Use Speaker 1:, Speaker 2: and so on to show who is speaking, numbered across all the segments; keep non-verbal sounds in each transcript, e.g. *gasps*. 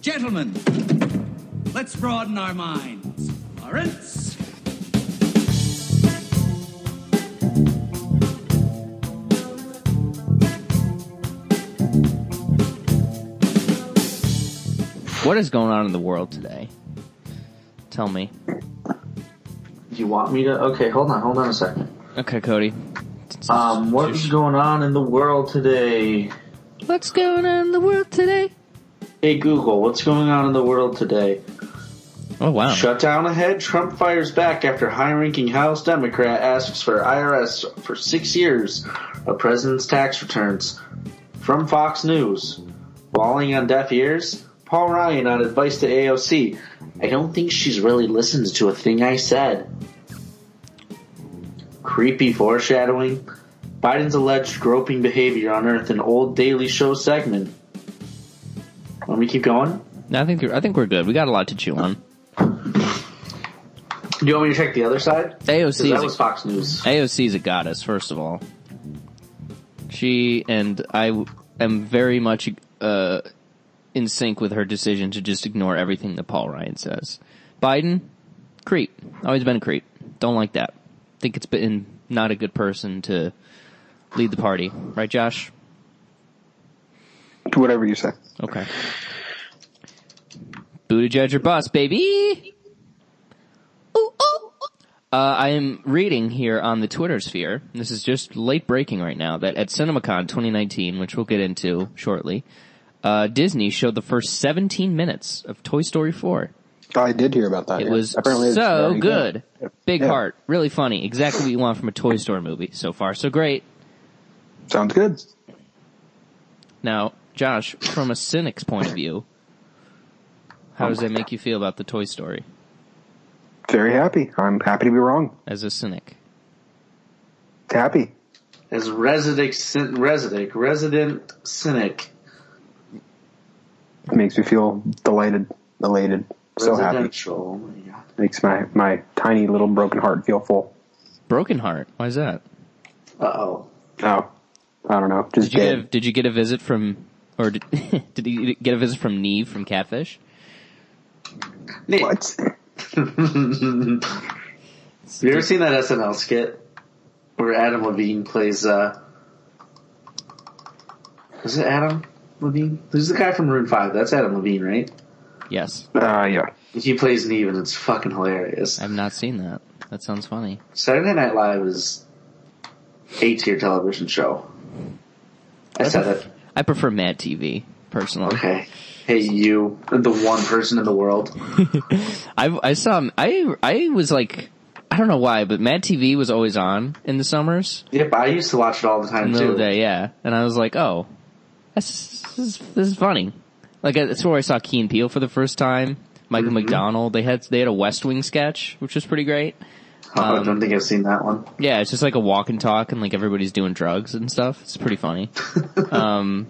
Speaker 1: Gentlemen, let's broaden our minds. Lawrence?
Speaker 2: What is going on in the world today? Tell me.
Speaker 3: You want me to? Okay, hold on, hold on a second.
Speaker 2: Okay, Cody.
Speaker 3: Um, what is going on in the world today?
Speaker 2: What's going on in the world today?
Speaker 3: Hey Google, what's going on in the world today?
Speaker 2: Oh wow.
Speaker 3: Shutdown ahead. Trump fires back after high-ranking House Democrat asks for IRS for six years of president's tax returns. From Fox News, falling on deaf ears. Paul Ryan on advice to AOC. I don't think she's really listened to a thing I said. Creepy foreshadowing. Biden's alleged groping behavior unearthed in old Daily Show segment. Let me keep going.
Speaker 2: No, I think you're- I think we're good. We got a lot to chew on.
Speaker 3: Do you want me to check the other side? 'Cause
Speaker 2: AOC
Speaker 3: that
Speaker 2: is
Speaker 3: was Fox News.
Speaker 2: a, AOC's a goddess. First of all, she and I w- am very much uh, in sync with her decision to just ignore everything that Paul Ryan says. Biden, creep. Always been a creep. Don't like that. Think it's been not a good person to lead the party, right, Josh?
Speaker 4: Whatever you say.
Speaker 2: Okay. Buttigieg or bust, baby. Ooh, ooh. Uh, I am reading here on the Twitter sphere. This is just late breaking right now. That at CinemaCon 2019, which we'll get into shortly, uh, Disney showed the first 17 minutes of Toy Story 4.
Speaker 4: I did hear about that.
Speaker 2: It
Speaker 4: yeah.
Speaker 2: was
Speaker 4: it's
Speaker 2: so
Speaker 4: very
Speaker 2: good. Big
Speaker 4: Yeah.
Speaker 2: heart, really funny. Exactly what you want from a Toy Story movie. So far, so great.
Speaker 4: Sounds good.
Speaker 2: Now, Josh, from a cynic's point of view, how does that make you feel about the Toy Story
Speaker 4: Very happy. I'm happy to be wrong.
Speaker 2: as a cynic?
Speaker 4: Happy.
Speaker 3: As resident, cyn- resident, resident cynic.
Speaker 4: It makes me feel delighted, elated, so happy.
Speaker 3: Residential. Oh my God.
Speaker 4: Makes my my tiny little broken heart feel full.
Speaker 2: Broken heart. Why is that?
Speaker 3: Uh-oh.
Speaker 4: Oh, I don't know. Just
Speaker 2: Did you get a,
Speaker 4: dead.
Speaker 2: did you get a visit from or did, *laughs* did you get a visit from Neve from Catfish?
Speaker 3: Nick, *laughs*
Speaker 4: What?
Speaker 3: Have you ever seen that SNL skit where Adam Levine plays? uh Is it Adam Levine? Who's the guy from Rune Five? That's Adam Levine, right?
Speaker 2: Yes,
Speaker 4: Uh, yeah.
Speaker 3: He plays Neve, and it's fucking hilarious.
Speaker 2: I've not seen that. That sounds funny.
Speaker 3: Saturday Night Live is A tier television show. I said it.
Speaker 2: I prefer Mad TV personally.
Speaker 3: Okay. Hey, you, the one person in the world.
Speaker 2: I I saw I I was like I don't know why, but Mad TV was always on in the summers.
Speaker 3: Yep, I used to watch it all the time
Speaker 2: in the middle
Speaker 3: too.
Speaker 2: of the day, yeah. And I was like, oh, this is, this is funny. Like uh, that's where I saw Keen Peele for the first time. Michael McDonald. They had they had a West Wing sketch, which was pretty great.
Speaker 3: Oh,
Speaker 2: Um,
Speaker 3: I don't think I've seen that one.
Speaker 2: Yeah, it's just like a walk and talk, and like everybody's doing drugs and stuff. It's pretty funny. um,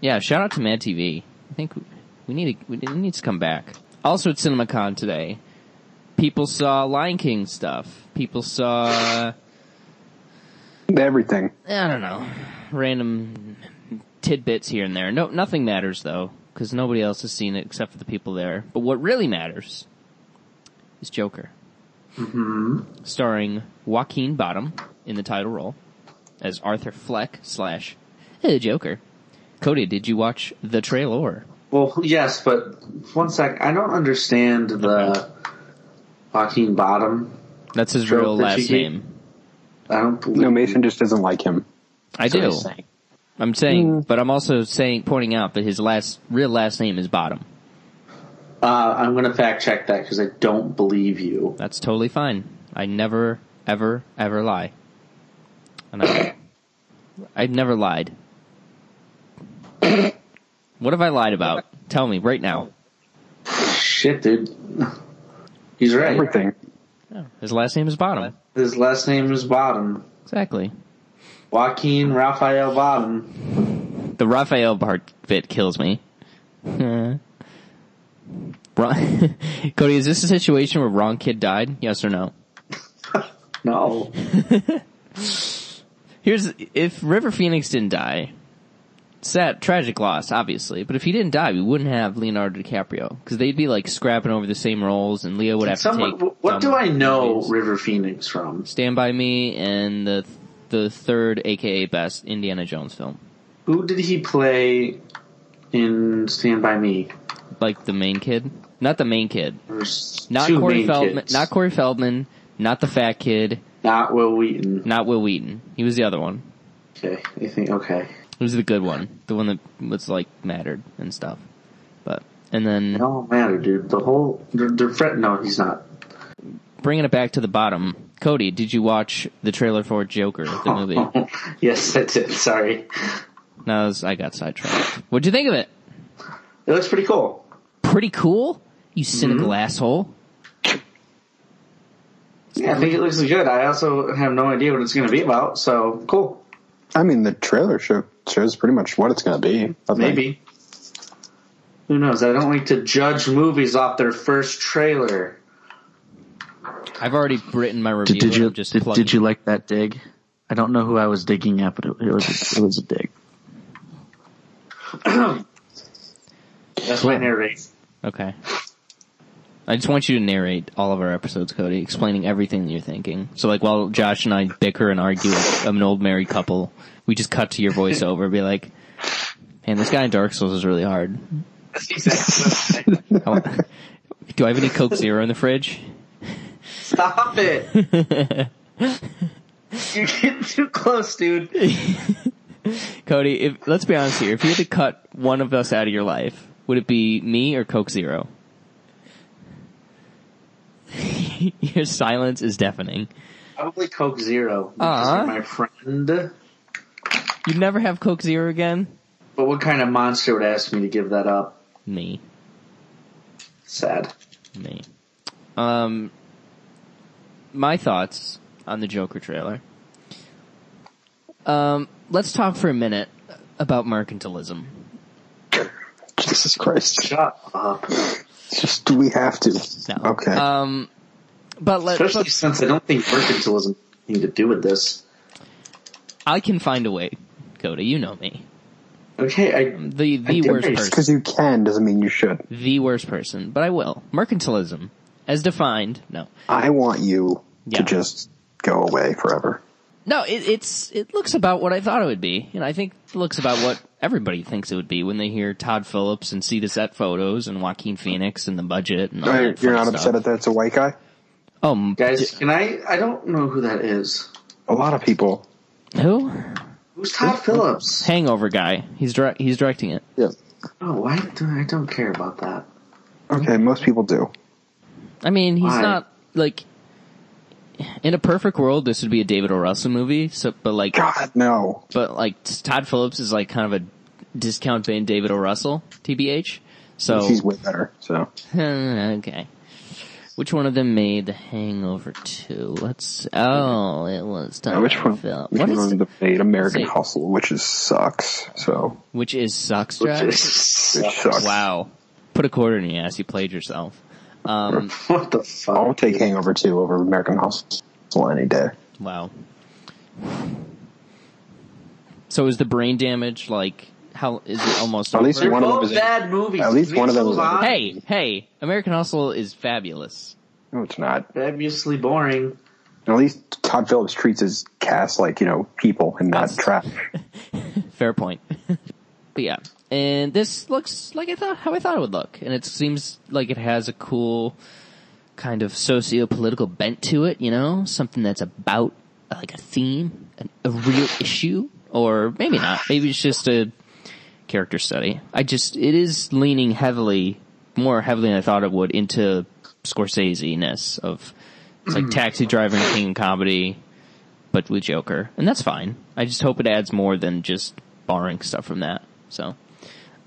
Speaker 2: yeah, shout out to Mad TV. I think we- we need to, we it needs to come back. Also at CinemaCon today, people saw Lion King stuff. People saw.
Speaker 4: Everything.
Speaker 2: I don't know, random tidbits here and there. No, nothing matters though, because nobody else has seen it except for the people there. But what really matters is Joker, mm-hmm. starring Joaquin Bottom in the title role as Arthur Fleck slash the Joker. Cody, did you watch the trailer?
Speaker 3: Well, yes, but one sec. I don't understand the Joaquin Bottom.
Speaker 2: That's his
Speaker 3: Joker,
Speaker 2: real last
Speaker 3: she-
Speaker 2: name.
Speaker 3: I don't believe.
Speaker 4: No, Mason just doesn't like him.
Speaker 2: I do.
Speaker 3: he's saying.
Speaker 2: I'm saying, but I'm also saying, pointing out that his last real last name is Bottom.
Speaker 3: Uh, I'm going to fact check that because I don't believe you.
Speaker 2: That's totally fine. I never, ever, ever lie. And I, I've never lied. What have I lied about? Tell me right now.
Speaker 3: Shit, dude. *laughs* He's right.
Speaker 4: Everything.
Speaker 2: His last name is Bottom.
Speaker 3: His last name is Bottom.
Speaker 2: Exactly.
Speaker 3: Joaquin Raphael Bottom.
Speaker 2: The Raphael part bit kills me. *laughs* Ron- *laughs* Cody, is this a situation where wrong kid died? Yes or no?
Speaker 3: No.
Speaker 2: Here's if River Phoenix didn't die, sad, tragic loss, obviously. But if he didn't die, we wouldn't have Leonardo DiCaprio because they'd be like scrapping over the same roles, and Leo would have
Speaker 3: Someone,
Speaker 2: to take.
Speaker 3: wh- what
Speaker 2: some
Speaker 3: do I know
Speaker 2: movies.
Speaker 3: River Phoenix from?
Speaker 2: Stand by Me and the the third, aka best Indiana Jones film,
Speaker 3: Who did he play in Stand By Me?
Speaker 2: like the main kid, not the main kid,
Speaker 3: There's
Speaker 2: not
Speaker 3: two
Speaker 2: Corey
Speaker 3: main
Speaker 2: Feldman,
Speaker 3: kids.
Speaker 2: not Corey Feldman, not the fat kid,
Speaker 3: Not Will Wheaton.
Speaker 2: not Will Wheaton. He was the other one.
Speaker 3: Okay, I think okay.
Speaker 2: He was the good one, the one that was like mattered and stuff. But and then
Speaker 3: It don't matter, Oh, dude. The whole they're, they're fret- No, he's not.
Speaker 2: bringing it back to the bottom, Cody, did you watch the trailer for Joker, the movie? no,
Speaker 3: *laughs* yes, that's it. Sorry.
Speaker 2: I was- I got sidetracked. What'd you think of it?
Speaker 3: It looks pretty cool.
Speaker 2: Pretty cool, you cynical
Speaker 5: Mm-hmm.
Speaker 2: asshole.
Speaker 3: Yeah, I think it looks good. I also have no idea what it's going to be about. So cool.
Speaker 4: I mean, the trailer show, shows pretty much what it's going to be. I think.
Speaker 3: Maybe. Who knows? I don't like to judge movies off their first trailer.
Speaker 2: I've already written my review.
Speaker 5: Did, did you
Speaker 2: I'm just
Speaker 5: did,
Speaker 2: plugging.
Speaker 5: did you like that dig? I don't know who I was digging at, but it, it was it was a dig.
Speaker 3: *coughs* That's my narration.
Speaker 2: Okay. I just want you to narrate all of our episodes, Cody, explaining everything that you're thinking. So, like, while Josh and I bicker and argue, like, I'm an old married couple, we just cut to your voiceover, and be like, "Man, this guy in Dark Souls is really hard."
Speaker 3: That's exactly what I-
Speaker 2: I want- *laughs* Do I have any Coke Zero in the fridge?
Speaker 3: *laughs* Stop it! *laughs* You're getting too close, dude.
Speaker 2: Cody, if, let's be honest here. If you had to cut one of us out of your life, would it be me or Coke Zero? *laughs* your silence is deafening.
Speaker 3: Probably Coke Zero. because
Speaker 2: Uh-huh.
Speaker 3: you're my friend.
Speaker 2: You'd never have Coke Zero again?
Speaker 3: But what kind of monster would ask me to give that up?
Speaker 2: Me.
Speaker 3: Sad.
Speaker 2: Me. Um, my thoughts on the Joker trailer. Um, let's talk for a minute about mercantilism.
Speaker 4: Jesus Christ.
Speaker 3: Shut up.
Speaker 4: It's Just do we have to?
Speaker 2: No.
Speaker 4: Okay.
Speaker 2: Um, but let,
Speaker 3: Especially since I don't think mercantilism has anything to do with this.
Speaker 2: I can find a way, Coda. You know me.
Speaker 3: Okay, I
Speaker 2: The the
Speaker 3: did
Speaker 2: worst
Speaker 3: race.
Speaker 2: person.
Speaker 4: Because you can doesn't mean you should.
Speaker 2: The worst person. But I will. Mercantilism, as defined. No,
Speaker 4: I want you
Speaker 2: Yeah.
Speaker 4: to just go away forever.
Speaker 2: no. It, it's it looks about what I thought it would be, and I think it looks about what everybody thinks it would be when they hear Todd Phillips and see the set photos and Joaquin Phoenix and the budget and all
Speaker 4: You're
Speaker 2: that.
Speaker 4: you're
Speaker 2: fun
Speaker 4: not
Speaker 2: stuff.
Speaker 4: upset at that it's a white guy?
Speaker 2: Oh, m-
Speaker 3: guys, can I? I don't know who that is.
Speaker 4: A lot of people.
Speaker 2: who?
Speaker 3: Who's Todd Phillips?
Speaker 2: Hangover guy. He's direct. He's directing it.
Speaker 4: Yeah.
Speaker 3: Oh, why do I don't care about that?
Speaker 4: Okay, most people do.
Speaker 2: I mean, he's
Speaker 3: Why?
Speaker 2: not like. In a perfect world, this would be a David O. Russell movie. So, but like,
Speaker 4: God, no.
Speaker 2: but like Todd Phillips is like kind of a discount vein David O. Russell, TBH. So
Speaker 4: He's way better. So
Speaker 2: *laughs* okay, which one of them made The Hangover Two? Let's oh, it was Todd
Speaker 4: Yeah, which one?
Speaker 2: Phillips.
Speaker 4: Which
Speaker 2: What
Speaker 4: one
Speaker 2: is
Speaker 4: the made American
Speaker 2: Say-
Speaker 4: Hustle, which is sucks. So
Speaker 2: which is sucks,
Speaker 3: Which
Speaker 2: Jack?
Speaker 3: is,
Speaker 4: it sucks.
Speaker 2: Wow, put a quarter in your ass. You played yourself. Um,
Speaker 3: *laughs* what the
Speaker 4: I'll
Speaker 3: fuck?
Speaker 4: take Hangover Two over American Hustle any day.
Speaker 2: wow. So is the brain damage like how is it almost
Speaker 4: At least
Speaker 2: over?
Speaker 3: They're
Speaker 4: One of them
Speaker 3: both
Speaker 4: is-
Speaker 3: bad movies.
Speaker 4: at least
Speaker 3: Can we
Speaker 4: one of them
Speaker 3: move
Speaker 4: is-
Speaker 3: on?
Speaker 2: Hey, hey! American Hustle is fabulous.
Speaker 4: No, it's not.
Speaker 3: fabulously boring.
Speaker 4: At least Todd Phillips treats his cast like you know people and
Speaker 2: *laughs*
Speaker 4: not trash.
Speaker 2: Fair point. *laughs* but yeah, and this looks like I thought how I thought it would look, and it seems like it has a cool kind of socio-political bent to it. You know, something that's about uh, like a theme, an, a real issue, or maybe not. Maybe it's just a character study. I just it is leaning heavily, more heavily than I thought it would, into Scorsese-ness of it's like Taxi Driver and King comedy but with Joker, and that's fine. I just hope it adds more than just borrowing stuff from that. So,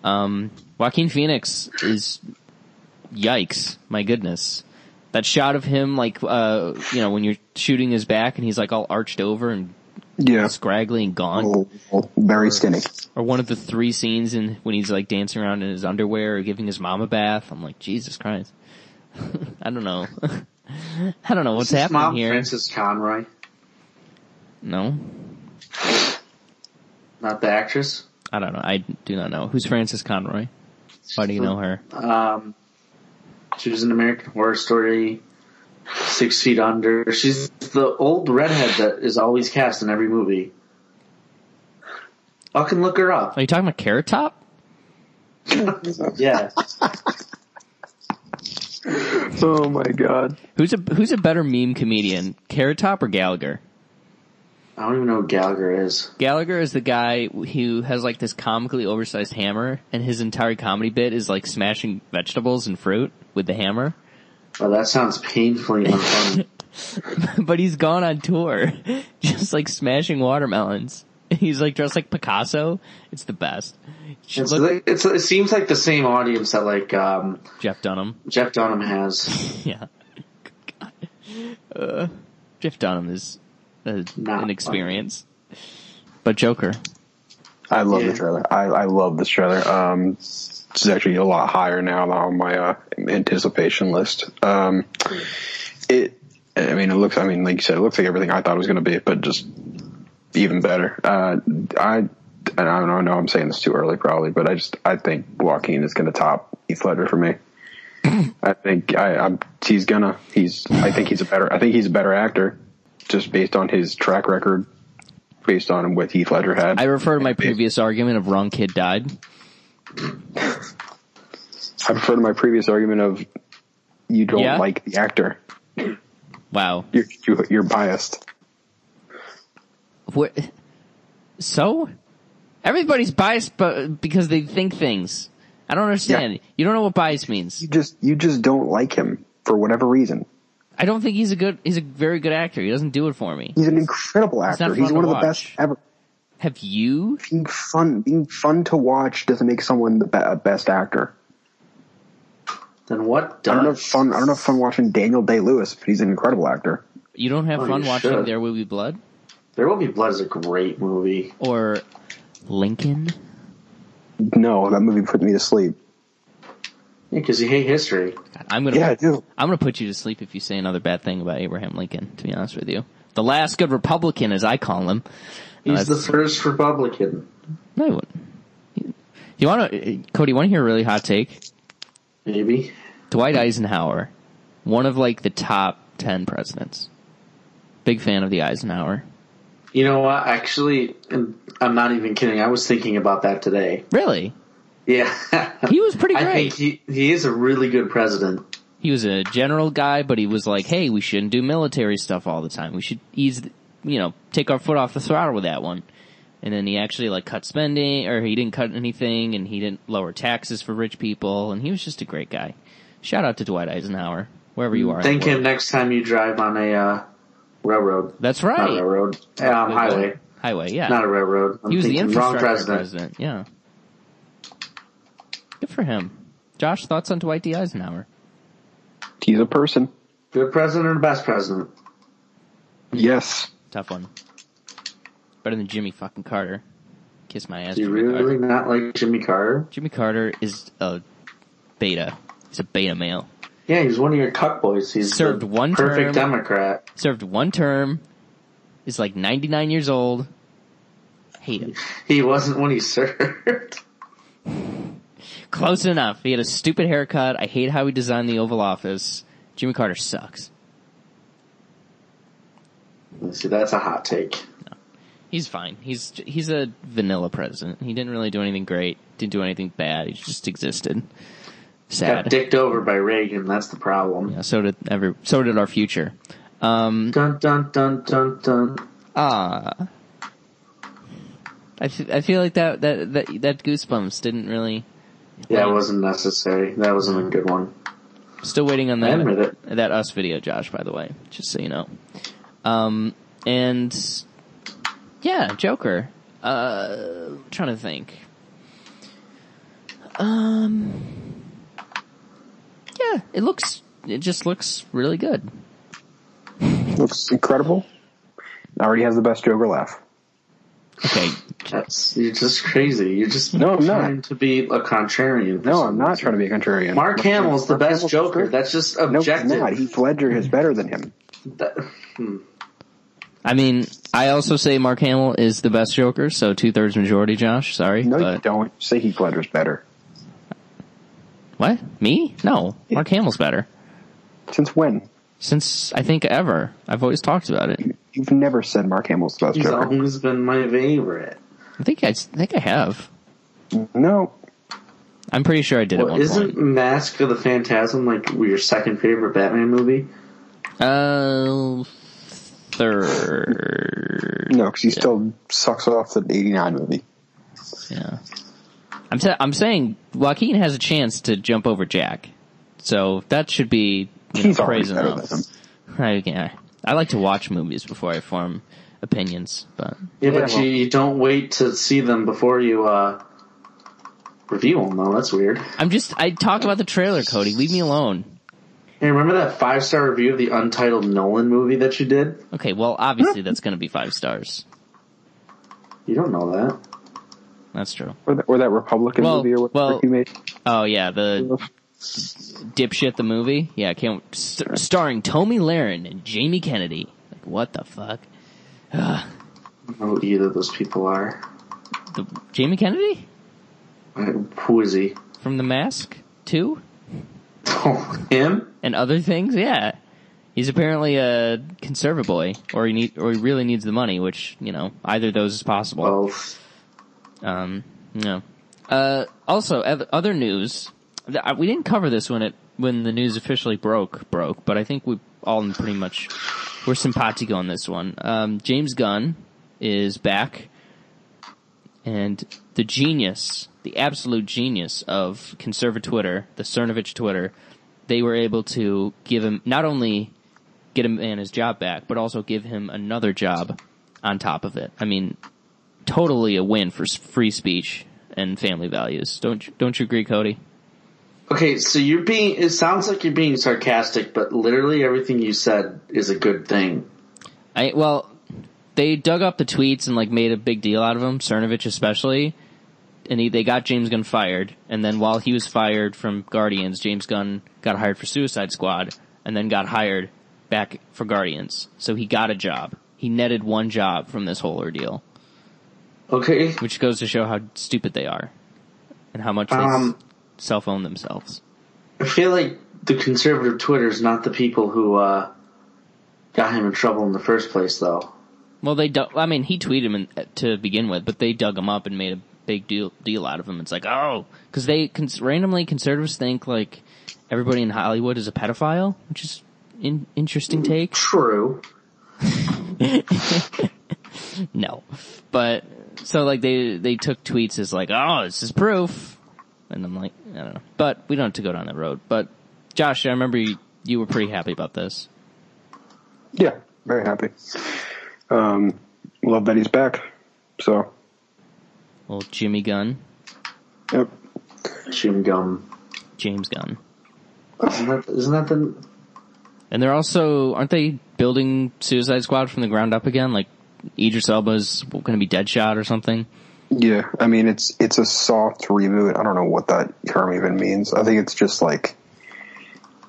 Speaker 2: um, Joaquin Phoenix is yikes, my goodness. That shot of him, like, uh, you know, when you're shooting his back and he's like all arched over and
Speaker 4: Yeah, Oh.
Speaker 2: scraggly and gone,
Speaker 4: very skinny.
Speaker 2: or one of the three scenes in when he's like dancing around in his underwear or giving his mom a bath. I'm like, Jesus Christ. *laughs* I don't know. *laughs* I don't know what's
Speaker 3: Is his
Speaker 2: happening
Speaker 3: mom
Speaker 2: here.
Speaker 3: Francis Conroy,
Speaker 2: No.
Speaker 3: not the actress.
Speaker 2: I don't know. I do not know. Who's Frances Conroy? Why do you know her?
Speaker 3: Um, she was in American Horror Story, Six Feet Under. She's the old redhead that is always cast in every movie. I can look her
Speaker 4: *laughs*
Speaker 3: up.
Speaker 2: Are you talking about Carrot Top?
Speaker 3: Yeah,
Speaker 4: Oh my god.
Speaker 2: Who's a Who's a better meme comedian, Carrot Top or Gallagher?
Speaker 3: I don't even know who Gallagher is.
Speaker 2: Gallagher is the guy who has like this comically oversized hammer, and his entire comedy bit is like smashing vegetables and fruit with the hammer. *laughs*
Speaker 3: Oh, that sounds painfully unfunny.
Speaker 2: but he's gone on tour, *laughs* just like smashing watermelons. *laughs* He's like dressed like Picasso. It's the best. You should
Speaker 3: It's
Speaker 2: look
Speaker 3: like, it's, it seems like the same audience that like um,
Speaker 2: Jeff Dunham.
Speaker 3: Jeff Dunham has.
Speaker 2: Yeah. God. Uh, Jeff Dunham is uh,
Speaker 3: Nah.
Speaker 2: an experience. But Joker.
Speaker 4: I love
Speaker 3: Yeah.
Speaker 4: this trailer. I, I love this trailer. Um, this is actually a lot higher now than on my uh, anticipation list. Um, it, I mean, it looks. I mean, like you said, it looks like everything I thought it was going to be, but just even better. Uh, I, and I don't know. I know I'm saying this too early, probably, but I just I think Joaquin is going to top Heath Ledger for me. I think I, I'm, he's gonna. He's. I think he's a better. I think he's a better actor, just based on his track record, based on what Heath Ledger had.
Speaker 2: I refer to my
Speaker 4: Based-
Speaker 2: previous argument of wrong kid died.
Speaker 4: I refer to my previous argument of you don't
Speaker 2: Yeah?
Speaker 4: like the actor.
Speaker 2: Wow.
Speaker 4: You're you, you're biased.
Speaker 2: What? So? Everybody's biased bu- because they think things. I don't understand. You don't know what bias means.
Speaker 4: You just you just don't like him for whatever reason.
Speaker 2: I don't think he's a good, he's a very good actor. He doesn't do it for me.
Speaker 4: He's an incredible actor.
Speaker 2: not
Speaker 4: He's
Speaker 2: fun
Speaker 4: one
Speaker 2: to
Speaker 4: of the
Speaker 2: watch.
Speaker 4: best ever.
Speaker 2: Have you?
Speaker 4: Being fun being fun to watch doesn't make someone the be- best actor.
Speaker 3: Then what?
Speaker 4: I
Speaker 3: Does?
Speaker 4: don't have fun. I don't have fun watching Daniel Day Lewis, but he's an incredible actor.
Speaker 2: You don't have
Speaker 3: Oh,
Speaker 2: fun
Speaker 3: you
Speaker 2: watching
Speaker 3: should.
Speaker 2: There Will Be Blood?
Speaker 3: There Will Be Blood is a great movie.
Speaker 2: Or Lincoln?
Speaker 4: No, that movie put me to sleep.
Speaker 3: Because you hate history.
Speaker 2: God, I'm gonna,
Speaker 4: Yeah, I do.
Speaker 2: I'm gonna put you to sleep if you say another bad thing about Abraham Lincoln, to be honest with you. The last good Republican, as I call him. No,
Speaker 3: He's the
Speaker 2: that's-
Speaker 3: first Republican.
Speaker 2: No, he wouldn't. You- You wanna, Cody, wanna hear a really hot take?
Speaker 3: Maybe.
Speaker 2: Dwight Eisenhower, one of like the top 10 presidents. Big fan of the Eisenhower.
Speaker 3: You know what? Actually, and I'm not even kidding. I was thinking about that today.
Speaker 2: Really? *laughs*
Speaker 3: Yeah. *laughs*
Speaker 2: He was pretty
Speaker 3: I
Speaker 2: great.
Speaker 3: think he, he is a really good president.
Speaker 2: he was a general guy, but he was like, hey, we shouldn't do military stuff all the time. We should ease, the- you know, take our foot off the throttle with that one. And then he actually like cut spending, or he didn't cut anything, and he didn't lower taxes for rich people, and he was just a great guy. Shout out to Dwight Eisenhower, wherever you are. in the
Speaker 3: Thank
Speaker 2: world.
Speaker 3: him next time you drive on a uh, railroad.
Speaker 2: That's
Speaker 3: Not
Speaker 2: right.
Speaker 3: railroad. Um, highway.
Speaker 2: Highway, yeah.
Speaker 3: Not a railroad. I'm
Speaker 2: he was the
Speaker 3: thinking
Speaker 2: infrastructure
Speaker 3: wrong president.
Speaker 2: president. Yeah. Good for him. Josh, thoughts on Dwight D. Eisenhower?
Speaker 4: He's a person.
Speaker 3: Good president or best president?
Speaker 4: Yes.
Speaker 2: Tough one. Better than Jimmy fucking Carter. Kiss my ass.
Speaker 3: Do you
Speaker 2: Jimmy
Speaker 3: really
Speaker 2: Carter.
Speaker 3: not like Jimmy Carter?
Speaker 2: Jimmy Carter is a beta. He's a beta male.
Speaker 3: Yeah, he's one of your cuck boys. He's
Speaker 2: Served
Speaker 3: the
Speaker 2: one
Speaker 3: perfect
Speaker 2: term.
Speaker 3: Democrat.
Speaker 2: Served one term. Is like 99 years old. Hate him.
Speaker 3: He wasn't when he *laughs* served.
Speaker 2: Close enough. He had a stupid haircut. I hate how he designed the Oval Office. Jimmy Carter sucks.
Speaker 3: See, that's a hot take.
Speaker 2: He's fine. He's he's a vanilla president. He didn't really do anything great. Didn't do anything bad. He just existed.
Speaker 3: Got
Speaker 2: Sad.
Speaker 3: dicked over by Reagan. That's the problem.
Speaker 2: Yeah, so did every. So did our future. Um,
Speaker 3: Dun dun dun dun dun.
Speaker 2: Ah. I, f- I feel like that, that, that, that goosebumps didn't really,
Speaker 3: Yeah, it wasn't necessary. That wasn't a good one.
Speaker 2: still waiting on
Speaker 3: I admit
Speaker 2: that,
Speaker 3: it.
Speaker 2: that us video, Josh, by the way, just so you know. Um, and yeah, Joker, uh, trying to think. Um, yeah, it looks, it just looks really good.
Speaker 4: Looks incredible. Already has the best Joker laugh.
Speaker 2: Okay.
Speaker 3: That's you're just crazy. You're just
Speaker 4: No, I'm not.
Speaker 3: trying to be a contrarian.
Speaker 4: No, I'm not trying to be a contrarian.
Speaker 3: Mark Hamill's the
Speaker 4: Mark
Speaker 3: best
Speaker 4: Hamill's
Speaker 3: Joker.
Speaker 4: great.
Speaker 3: That's just
Speaker 4: No, he's
Speaker 3: objective.
Speaker 4: not. Heath Ledger is better than him.
Speaker 3: That- hmm.
Speaker 2: I mean, I also say Mark Hamill is the best Joker, so two thirds majority, Josh. Sorry.
Speaker 4: No, you
Speaker 2: but-
Speaker 4: don't. Say Heath Ledger's better.
Speaker 2: What? Me? No. Mark Hamill's better.
Speaker 4: Since when?
Speaker 2: Since I think ever. I've always talked about it.
Speaker 4: You've never said Mark Hamill's the best
Speaker 3: He's
Speaker 4: Joker.
Speaker 3: always been my favorite.
Speaker 2: I think I, I think I have.
Speaker 4: No,
Speaker 2: I'm pretty sure I did
Speaker 3: Well,
Speaker 2: at one
Speaker 3: isn't
Speaker 2: point.
Speaker 3: Mask of the Phantasm like your second favorite Batman movie?
Speaker 2: Uh, third.
Speaker 4: no, because he still sucks off the '89 movie.
Speaker 2: Yeah. I'm sa- I'm saying Joaquin has a chance to jump over Jack, so that should be you know,
Speaker 4: He's already
Speaker 2: praise
Speaker 4: better
Speaker 2: enough.
Speaker 4: than him.
Speaker 2: I, yeah. I like to watch movies before I form opinions, but
Speaker 3: Yeah,
Speaker 4: Yeah,
Speaker 3: but
Speaker 4: well-
Speaker 3: you, you don't wait to see them before you uh, review them, though. That's weird.
Speaker 2: I'm just I talk about the trailer, Cody. Leave me alone.
Speaker 3: Hey, remember that five star review of the untitled Nolan movie that you did?
Speaker 2: Okay, well, obviously that's going to be five stars.
Speaker 3: You don't know that.
Speaker 2: That's true.
Speaker 4: Or that, or that Republican
Speaker 2: Well,
Speaker 4: movie or whatever
Speaker 2: well-
Speaker 4: he made.
Speaker 2: Oh yeah, the dipshit the movie. Yeah, can't st- starring Tommy Lahren and Jamie Kennedy. Like what the fuck?
Speaker 3: I don't know who either of those people are.
Speaker 2: The Jamie Kennedy
Speaker 3: I- Who is he? *laughs*
Speaker 2: from The Mask Two
Speaker 3: Oh, him?
Speaker 2: and other things. Yeah, he's apparently a conservative boy, or he need, or he really needs the money. Which you know, either of those is possible.
Speaker 3: Well,
Speaker 2: Um, no. Uh, also, ev- other news. th- I- We didn't cover this when it when the news officially broke broke, but I think we all pretty much were simpatico on this one. Um, James Gunn is back, and the genius, the absolute genius of conservative Twitter, the Cernovich Twitter, they were able to give him not only get him and his job back, but also give him another job on top of it. I mean, totally a win for s- free speech and family values. Don't you, don't you agree, Cody?
Speaker 3: okay, so you're being, it sounds like you're being sarcastic, but literally everything you said is a good thing.
Speaker 2: I well, they dug up the tweets and like made a big deal out of them, Cernovich especially, and he, they got James Gunn fired. And then while he was fired from Guardians, James Gunn got hired for Suicide Squad, and then got hired back for Guardians. So he got a job. He netted one job from this whole ordeal,
Speaker 3: Okay?
Speaker 2: which goes to show how stupid they are and how much they
Speaker 3: Um,
Speaker 2: self own themselves.
Speaker 3: I feel like the conservative Twitter is not the people who uh, got him in trouble in the first place, though.
Speaker 2: Well, they dug. I mean, he tweeted him in, to begin with, but they dug him up and made a big deal deal out of him. It's like, oh, because they cons- randomly conservatives think like everybody in Hollywood is a pedophile, which is in- interesting take. *laughs*
Speaker 3: True.
Speaker 2: No, but so like they they took tweets as like, oh, this is proof, and I'm like, I don't know, but we don't have to go down that road. But Josh, I remember you, you were pretty happy about this.
Speaker 4: Yeah, very happy. Um, love that he's back. So,
Speaker 2: Well, Jimmy Gunn,
Speaker 4: yep.
Speaker 3: Chewing gum.
Speaker 2: James Gunn.
Speaker 3: Isn't that, isn't that the.
Speaker 2: And they're also aren't they building Suicide Squad from the ground up again? Like Idris Elba's going to be Deadshot or something.
Speaker 4: Yeah, I mean it's it's a soft reboot. I don't know what that term even means. I think it's just like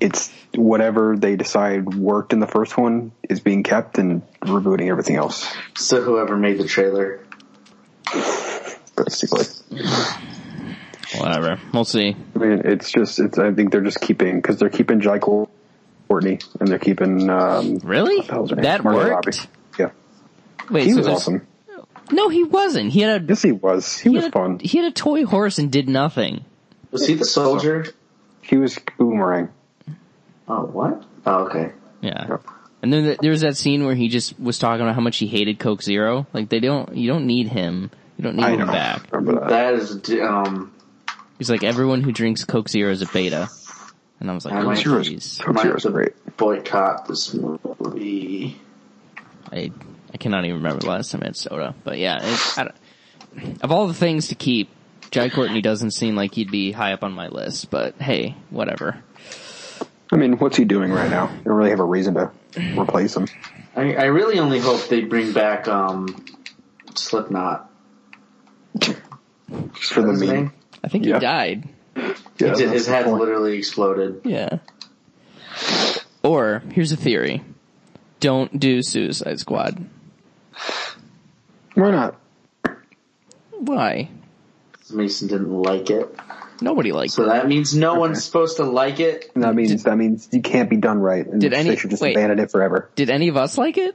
Speaker 4: it's whatever they decide worked in the first one is being kept and rebooting everything else
Speaker 3: So whoever made the trailer.
Speaker 4: basically.
Speaker 2: Whatever, we'll see.
Speaker 4: I mean it's just it's I think they're just keeping because they're keeping Jai Courtney and they're keeping um,
Speaker 2: Really,
Speaker 4: what the hell's her name?
Speaker 2: that
Speaker 4: Margot
Speaker 2: worked.
Speaker 4: Robbie. Yeah,
Speaker 2: Wait,
Speaker 4: he
Speaker 2: so
Speaker 4: was
Speaker 2: there's-
Speaker 4: awesome.
Speaker 2: No, he wasn't. He had a
Speaker 4: Yes, he was. He
Speaker 2: he
Speaker 4: was
Speaker 2: had,
Speaker 4: fun.
Speaker 2: A, he had a toy horse and did nothing.
Speaker 3: Was he the soldier?
Speaker 4: He was boomerang.
Speaker 3: Oh, what? Oh, okay.
Speaker 2: Yeah.
Speaker 4: Yeah.
Speaker 2: And then th- there was that scene where he just was talking about how much he hated Coke Zero. Like they don't, you don't need him. You don't need
Speaker 4: I
Speaker 2: him
Speaker 4: don't
Speaker 2: back.
Speaker 4: remember that.
Speaker 3: That is. Um,
Speaker 2: He's like everyone who drinks Coke Zero is a beta. And I was like,
Speaker 3: I
Speaker 2: oh,
Speaker 3: like-
Speaker 4: Zero's-
Speaker 2: jeez.
Speaker 4: Coke
Speaker 3: might
Speaker 4: Zero's
Speaker 3: have to
Speaker 4: great.
Speaker 3: boycott this movie.
Speaker 2: I I cannot even remember the last time I had soda. But yeah, it, I don't- of all the things to keep, Jai Courtney doesn't seem like he'd be high up on my list. But hey, whatever.
Speaker 4: I mean, what's he doing right now? You don't really have a reason to replace him.
Speaker 3: I, I really only hope they bring back um, Slipknot.
Speaker 4: Just for the
Speaker 3: His
Speaker 4: meme.
Speaker 3: name?
Speaker 2: I think
Speaker 4: Yeah.
Speaker 2: he died.
Speaker 4: Yeah,
Speaker 3: He did-
Speaker 4: that's
Speaker 3: his
Speaker 4: the
Speaker 3: head
Speaker 4: point.
Speaker 3: literally exploded.
Speaker 2: Yeah. Or here's a theory: don't do Suicide Squad.
Speaker 4: Why not?
Speaker 2: Why?
Speaker 3: Mason didn't like it.
Speaker 2: Nobody likes
Speaker 3: So
Speaker 2: it.
Speaker 3: that means no one's supposed to like it.
Speaker 4: That means that means you can't be done right. And
Speaker 2: Did any-
Speaker 4: they should just
Speaker 2: wait.
Speaker 4: abandon it forever.
Speaker 2: Did any of us like it?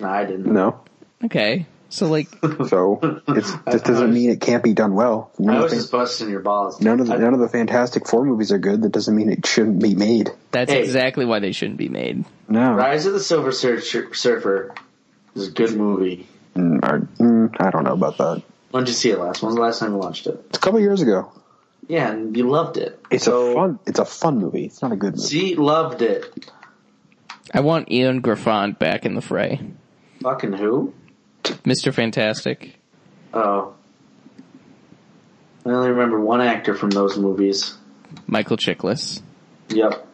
Speaker 3: No, I didn't.
Speaker 4: No.
Speaker 2: Okay. So like,
Speaker 4: So
Speaker 3: *laughs*
Speaker 4: it's, this doesn't mean it can't be done well. None
Speaker 3: I
Speaker 4: of,
Speaker 3: was
Speaker 4: the,
Speaker 3: just busting your balls.
Speaker 4: none, of the,
Speaker 3: I-
Speaker 4: none of the Fantastic Four movies are good. That doesn't mean it shouldn't be made.
Speaker 2: that's
Speaker 3: Hey.
Speaker 2: exactly why they shouldn't be made.
Speaker 4: No.
Speaker 3: Rise of the Silver Sur- Surfer is a good movie.
Speaker 4: Mm, or- mm, I don't know about that.
Speaker 3: When did you see it last? When's the last time you watched it?
Speaker 4: It's a couple years ago.
Speaker 3: Yeah, and you loved it.
Speaker 4: It's
Speaker 3: So-
Speaker 4: a fun. It's a fun movie. It's not a good movie.
Speaker 3: She loved it.
Speaker 2: I want Ian Griffon back in the fray,
Speaker 3: Fucking who?
Speaker 2: Mister Fantastic.
Speaker 3: Oh. I only remember one actor from those movies.
Speaker 2: Michael
Speaker 3: *laughs*
Speaker 2: Chiklis.
Speaker 3: Yep.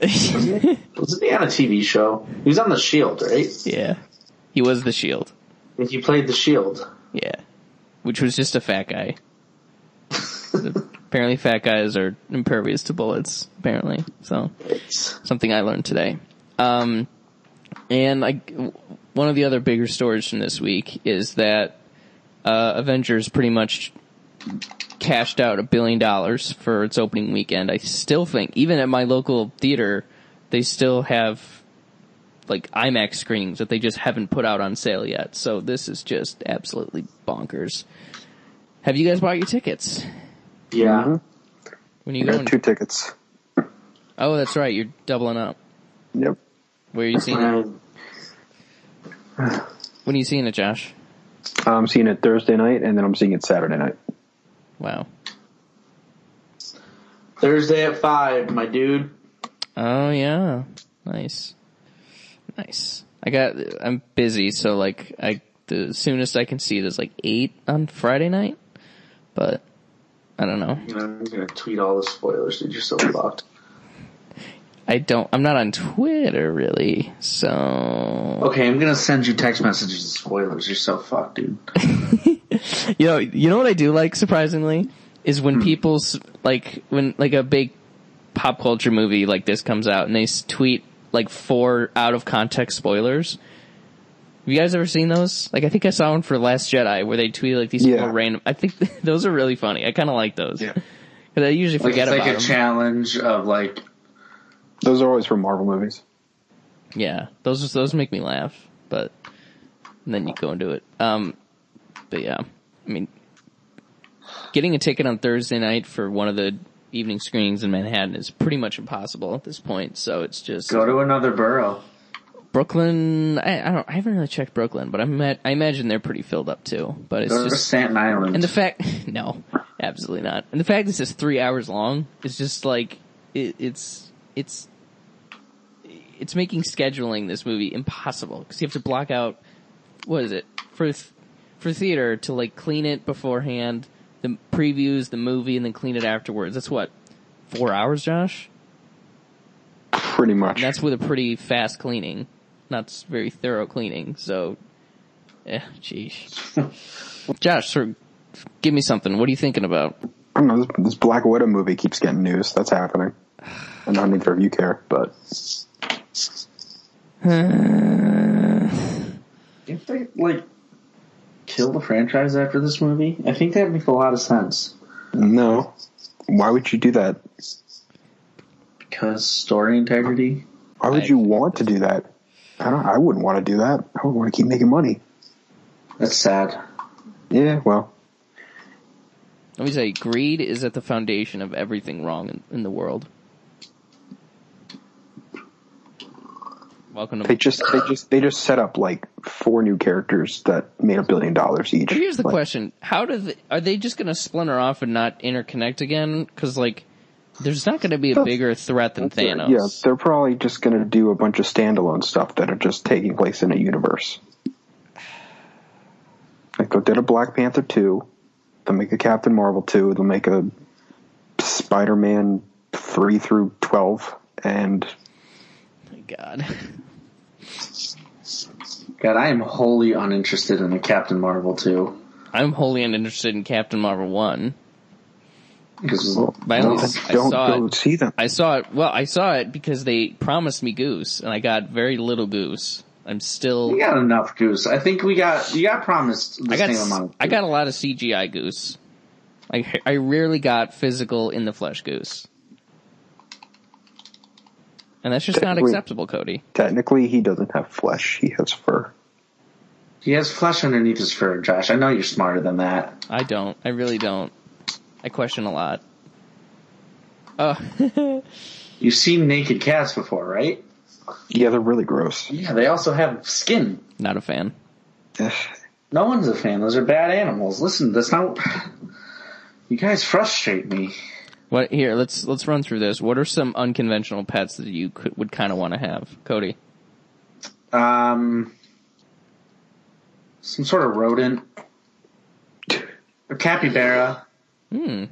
Speaker 3: Wasn't he on a TV show? He was on The Shield, right?
Speaker 2: yeah. He was the shield.
Speaker 3: He played The Shield.
Speaker 2: Yeah. Which was just a fat guy. apparently fat guys are impervious to bullets, apparently. So,
Speaker 3: It's-
Speaker 2: something I learned today. Um, and I, one of the other bigger stories from this week is that, uh, Avengers pretty much cashed out a billion dollars for its opening weekend. I still think, even at my local theater, they still have like IMAX screenings that they just haven't put out on sale yet. So this is just absolutely bonkers. Have you guys bought your tickets?
Speaker 3: Yeah.
Speaker 4: Mm-hmm.
Speaker 2: When are you
Speaker 4: I
Speaker 2: going?
Speaker 4: got two tickets.
Speaker 2: Oh, that's right. You're doubling up.
Speaker 4: Yep.
Speaker 2: Where are you seeing it?
Speaker 3: And
Speaker 2: When are you seeing it, Josh?
Speaker 4: I'm seeing it Thursday night, and then I'm seeing it Saturday night.
Speaker 2: Wow.
Speaker 3: Thursday at 5, my dude.
Speaker 2: Oh yeah. Nice. Nice. I got, I'm busy, so like, I, the soonest I can see it is like 8 on Friday night, but I don't know.
Speaker 3: You know, I'm going to tweet all the spoilers, dude. You're so fucked.
Speaker 2: I don't, I'm not on Twitter really, so.
Speaker 3: Okay, I'm going to send you text messages with spoilers. You're so fucked, dude.
Speaker 2: You know, you know what I do like, surprisingly? Is when people, s- like, when, like a big pop culture movie like this comes out and they s- tweet like four out of context spoilers. Have you guys ever seen those? Like I think I saw one for Last Jedi where they tweeted like these
Speaker 4: Yeah.
Speaker 2: four random. I think *laughs* those are really funny. I kind of like those.
Speaker 4: Yeah.
Speaker 2: 'Cause I usually
Speaker 3: Like,
Speaker 2: forget
Speaker 3: it's like a
Speaker 2: about them.
Speaker 3: challenge of, like,
Speaker 4: Those are always from Marvel movies.
Speaker 2: yeah, those those make me laugh. But and then you go into it. Um, but yeah, I mean, getting a ticket on Thursday night for one of the evening screenings in Manhattan is pretty much impossible at this point. So it's just
Speaker 3: go to another borough.
Speaker 2: Brooklyn. I, I don't. I haven't really checked Brooklyn, but I ima- I imagine they're pretty filled up too. But it's
Speaker 3: Go to
Speaker 2: just
Speaker 3: Staten Island.
Speaker 2: and the fact. *laughs* No, absolutely not. And the fact this is three hours long is just like it, it's it's it's making scheduling this movie impossible because you have to block out what is it for th- for theater to like clean it beforehand, the previews, the movie, and then clean it afterwards. That's what four hours, Josh.
Speaker 4: Pretty much.
Speaker 2: And that's with a pretty fast cleaning, not s- very thorough cleaning. So, eh, jeez. Josh, sir, give me something. What are you thinking about?
Speaker 4: I don't know. This, this Black Widow movie keeps getting news.
Speaker 2: *sighs*
Speaker 4: That's happening. And not neither of you care, but
Speaker 3: If they like kill the franchise after this movie, I think that makes a lot of sense
Speaker 4: no. Why would you do that?
Speaker 3: because story integrity.
Speaker 4: Why would
Speaker 2: I-
Speaker 4: you want to do that? I don't. I wouldn't want to do that. I would want to keep making money.
Speaker 3: That's sad.
Speaker 4: Yeah. Well.
Speaker 2: Let me say, greed is at the foundation of everything wrong in, in the world. Welcome to.
Speaker 4: They just they just they just set up like four new characters that made a billion dollars each.
Speaker 2: But here's the
Speaker 4: Like,
Speaker 2: question: How do they, are they just going to splinter off and not interconnect again? Because like, there's not going to be a bigger threat than Thanos.
Speaker 4: Yeah, they're probably just going to do a bunch of standalone stuff that are just taking place in a universe. Like they did a Black Panther two, they'll make a Captain Marvel two, they'll make a Spider Man three through twelve, and
Speaker 2: My God. *laughs*
Speaker 3: God, I am wholly uninterested in the Captain Marvel too.
Speaker 2: I'm wholly uninterested in Captain Marvel 1.
Speaker 3: Because
Speaker 2: By all
Speaker 4: don't,
Speaker 2: means, I
Speaker 4: don't
Speaker 2: saw
Speaker 4: go
Speaker 2: it.
Speaker 4: see them.
Speaker 2: I saw it. Well, I saw it because they promised me Goose, and I got very little Goose. I'm still.
Speaker 3: We got enough goose. I think we got you got promised the
Speaker 2: I got
Speaker 3: same
Speaker 2: s-
Speaker 3: amount.
Speaker 2: I got a lot of CGI goose. I I rarely got physical in the flesh goose. And that's just not
Speaker 4: Wait.
Speaker 2: acceptable, Cody.
Speaker 4: Technically, he doesn't have flesh; he has fur.
Speaker 3: He has flesh underneath his fur, Josh. I know you're smarter than that.
Speaker 2: I don't. I really don't. I question a lot. Uh,
Speaker 3: You've seen naked cats before, right?
Speaker 4: Yeah, they're really gross.
Speaker 3: Yeah, they also have skin.
Speaker 2: *laughs* not a fan.
Speaker 4: Ugh.
Speaker 3: No one's a fan. Those are bad animals. Listen, that's not. *sighs* You guys frustrate me.
Speaker 2: What here? Let's let's run through this. What are some unconventional pets that you could, would kind of want to have, Cody?
Speaker 3: Um, some sort of rodent, a capybara.
Speaker 2: Hmm.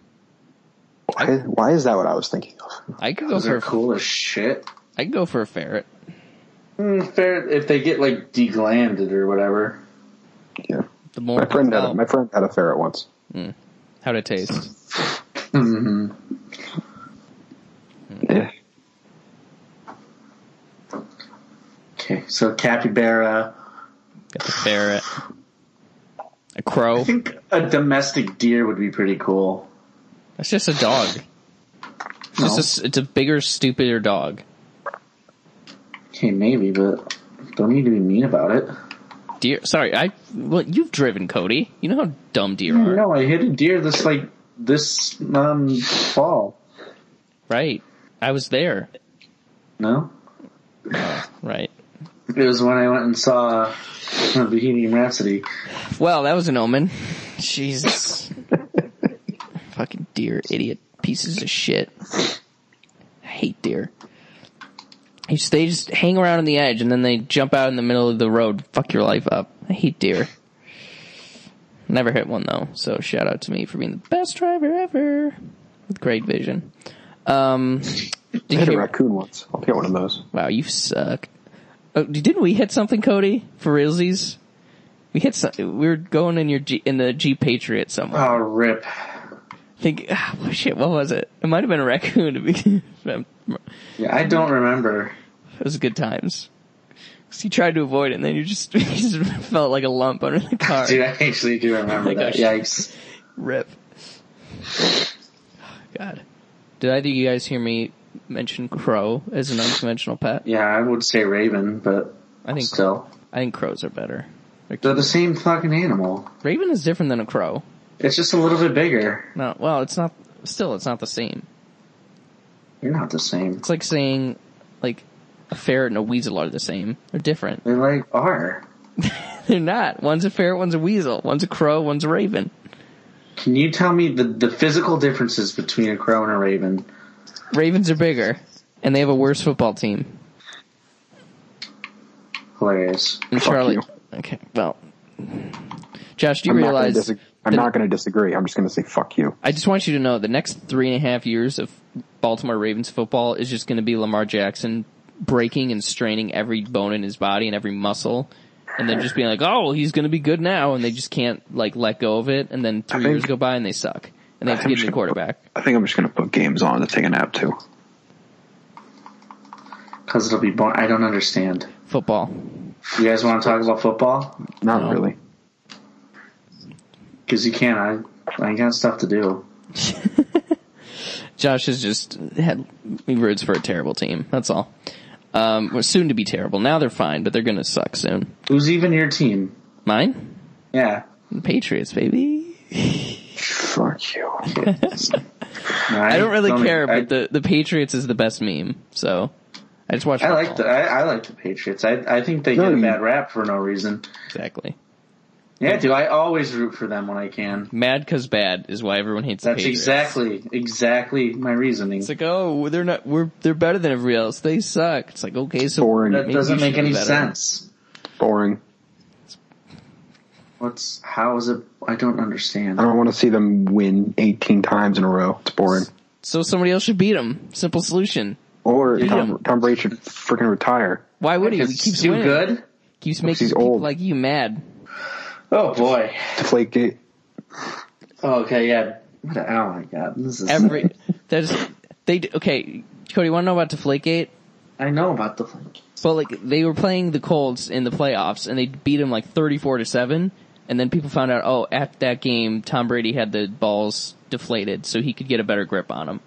Speaker 4: Why, why is that what I was thinking of?
Speaker 2: I could go
Speaker 3: Those
Speaker 2: for
Speaker 3: are
Speaker 2: a,
Speaker 3: cool as shit.
Speaker 2: I could go for a ferret.
Speaker 3: Mm, fair if they get like deglanded or whatever.
Speaker 4: Yeah,
Speaker 2: The more
Speaker 4: my friend had
Speaker 2: Oh,
Speaker 4: a, my friend had a ferret once.
Speaker 2: how'd it taste?
Speaker 4: Yeah.
Speaker 3: Okay, so capybara.
Speaker 2: Got the ferret. A crow.
Speaker 3: I think a domestic deer would be pretty cool.
Speaker 2: That's just a dog. It's just a s it's a bigger, stupider dog.
Speaker 3: Okay, maybe, but don't need to be mean about it.
Speaker 2: Deer. Sorry, I. Well, you've driven Cody. You know how dumb deer are,
Speaker 3: Mm, No, I hit a deer this like this um fall.
Speaker 2: right? I was there,
Speaker 3: No,
Speaker 2: right?
Speaker 3: it was when I went and saw uh, Bohemian Rhapsody.
Speaker 2: Well, that was an omen. Jesus. Fucking deer, idiot, pieces of shit. I hate deer. You just- They just hang around on the edge and then they jump out in the middle of the road. Fuck your life up. I hate deer. Never hit one though, so shout out to me for being the best driver ever with great vision. Um, did
Speaker 4: I
Speaker 2: you
Speaker 4: had a
Speaker 2: hear-
Speaker 4: raccoon once. I'll get one of those.
Speaker 2: Wow, you suck. Oh, didn't we hit something, Cody? For realsies? We hit some, we were going in your G, in the G Patriot somewhere.
Speaker 3: Oh, rip!
Speaker 2: I think, ah, well, shit, what was it? It might have been a raccoon to begin *laughs* with. It
Speaker 3: Yeah, I don't remember.
Speaker 2: was good times. 'Cause you tried to avoid it and then you just, *laughs* you just felt like a lump under the car.
Speaker 3: Dude, I actually do remember
Speaker 2: Oh my
Speaker 3: that.
Speaker 2: gosh.
Speaker 3: Yikes!
Speaker 2: Rip. *sighs* God. Did either of you guys hear me mention crow as an unconventional pet?
Speaker 3: Yeah, I would say raven, but
Speaker 2: I think,
Speaker 3: still,
Speaker 2: I think crows are better. They're
Speaker 3: they're
Speaker 2: cute.
Speaker 3: the same fucking animal.
Speaker 2: Raven is different than a crow.
Speaker 3: It's just a little bit bigger.
Speaker 2: No, well, it's not. Still, it's not the same.
Speaker 3: You're not the same.
Speaker 2: It's like saying, like, a ferret and a weasel are the same. They're different. *laughs*
Speaker 3: They like are.
Speaker 2: They're not. One's a ferret, one's a weasel. One's a crow, one's a raven.
Speaker 3: Can you tell me the the physical differences between a crow and a raven?
Speaker 2: Ravens are bigger, and they have a worse football team.
Speaker 3: Hilarious.
Speaker 2: And
Speaker 4: Fuck
Speaker 2: Charlie.
Speaker 4: you.
Speaker 2: Okay, well. Josh, do you
Speaker 4: I'm not gonna
Speaker 2: realize?
Speaker 4: disag- I'm
Speaker 2: that-
Speaker 4: not going to disagree. I'm just going to say fuck you.
Speaker 2: I just want you to know the next three and a half years of Baltimore Ravens football is just going to be Lamar Jackson breaking and straining every bone in his body and every muscle. And then just being like, oh, well, he's going to be good now. And they just can't like let go of it. And then three
Speaker 4: think-
Speaker 2: years go by and they suck. And they have to
Speaker 4: I'm
Speaker 2: get a
Speaker 4: just
Speaker 2: new
Speaker 4: gonna put-
Speaker 2: quarterback.
Speaker 4: I think I'm just going to put games on to take a nap too.
Speaker 3: Because it'll be born. I don't understand.
Speaker 2: Football.
Speaker 3: You guys want to talk about football?
Speaker 4: Not
Speaker 2: No.
Speaker 4: really.
Speaker 3: Because you can't. I I ain't got stuff to do.
Speaker 2: Josh has just had he roots for a terrible team. That's all. Um, we're soon to be terrible. Now they're fine, but they're going to suck soon.
Speaker 3: Who's even your team?
Speaker 2: Mine?
Speaker 3: Yeah.
Speaker 2: Patriots, baby.
Speaker 4: Fuck you.
Speaker 3: No,
Speaker 2: I don't really care,
Speaker 3: I,
Speaker 2: but the, the Patriots is the best meme. So I just watch.
Speaker 3: I like the
Speaker 2: football.
Speaker 3: I, I like the Patriots. I I think they
Speaker 4: No,
Speaker 3: get a
Speaker 4: you-
Speaker 3: bad rap for no reason.
Speaker 2: exactly.
Speaker 3: Yeah, do I always root for them when I can?
Speaker 2: Mad cause bad is why everyone hates. the
Speaker 3: That's
Speaker 2: Patriots.
Speaker 3: exactly exactly my reasoning.
Speaker 2: It's like oh they're not we're they're better than everybody else. They suck. It's like okay so
Speaker 4: Boring.
Speaker 3: that
Speaker 2: maybe
Speaker 3: doesn't
Speaker 2: you should
Speaker 3: make
Speaker 2: be
Speaker 3: any
Speaker 2: better.
Speaker 3: sense.
Speaker 4: Boring.
Speaker 3: What's how is it? I don't understand.
Speaker 4: I don't want to see them win 18 times in a row. It's boring.
Speaker 2: so somebody else should beat them. Simple solution.
Speaker 4: Or
Speaker 2: Yeah.
Speaker 4: Tom, Tom Brady should freaking retire.
Speaker 2: Why would he? He
Speaker 3: It's
Speaker 2: keeps
Speaker 3: too
Speaker 2: winning.
Speaker 3: good.
Speaker 2: Keeps making
Speaker 4: he's
Speaker 2: people
Speaker 4: old.
Speaker 2: like you mad.
Speaker 3: Oh boy.
Speaker 4: Deflate gate.
Speaker 3: Oh, Okay, yeah. What a, oh my god, this is
Speaker 2: Every *laughs* there's they d- okay Cody. You want to know about Deflategate?
Speaker 3: I know about the flake.
Speaker 2: But like they were playing the Colts in the playoffs and they beat them like 34 to 7 and then people found out oh at that game Tom Brady had the balls deflated so he could get a better grip on them.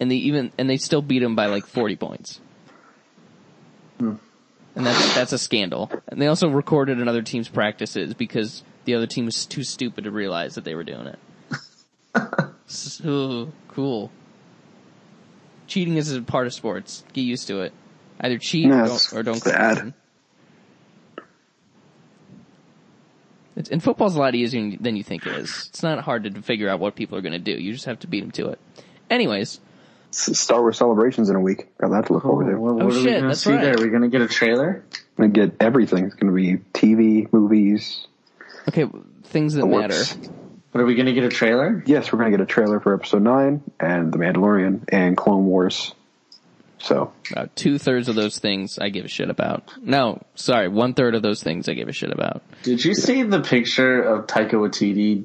Speaker 2: And they even and they still beat him by like 40 points. And that's that's a scandal. And they also recorded another team's practices because the other team was too stupid to realize that they were doing it. so cool. Cheating is a part of sports. Get used to it. Either cheat
Speaker 4: No,
Speaker 2: or
Speaker 4: it's
Speaker 2: don't, or don't
Speaker 4: bad.
Speaker 2: complain. It's, and football's a lot easier than you think it is. It's not hard to figure out what people are going to do. You just have to beat them to it. Anyways,
Speaker 4: S- Star Wars celebrations in a week. Got that to look
Speaker 3: Oh,
Speaker 4: forward to.
Speaker 3: what, what
Speaker 2: Oh,
Speaker 3: are we
Speaker 2: shit,
Speaker 3: going to
Speaker 2: that's
Speaker 3: see
Speaker 2: right.
Speaker 3: there? Are we going to get a trailer?
Speaker 4: i gonna get everything. It's gonna be TV, movies.
Speaker 2: okay, things that
Speaker 4: the
Speaker 2: matter.
Speaker 4: works.
Speaker 3: But are we going to get a trailer?
Speaker 4: Yes, we're gonna get a trailer for Episode Nine and The Mandalorian and Clone Wars.
Speaker 2: *laughs*
Speaker 4: So
Speaker 2: About two thirds Uh, of those things I give a shit about. No, sorry, one third of those things I give a shit about.
Speaker 3: Did you see the picture of Taika Waititi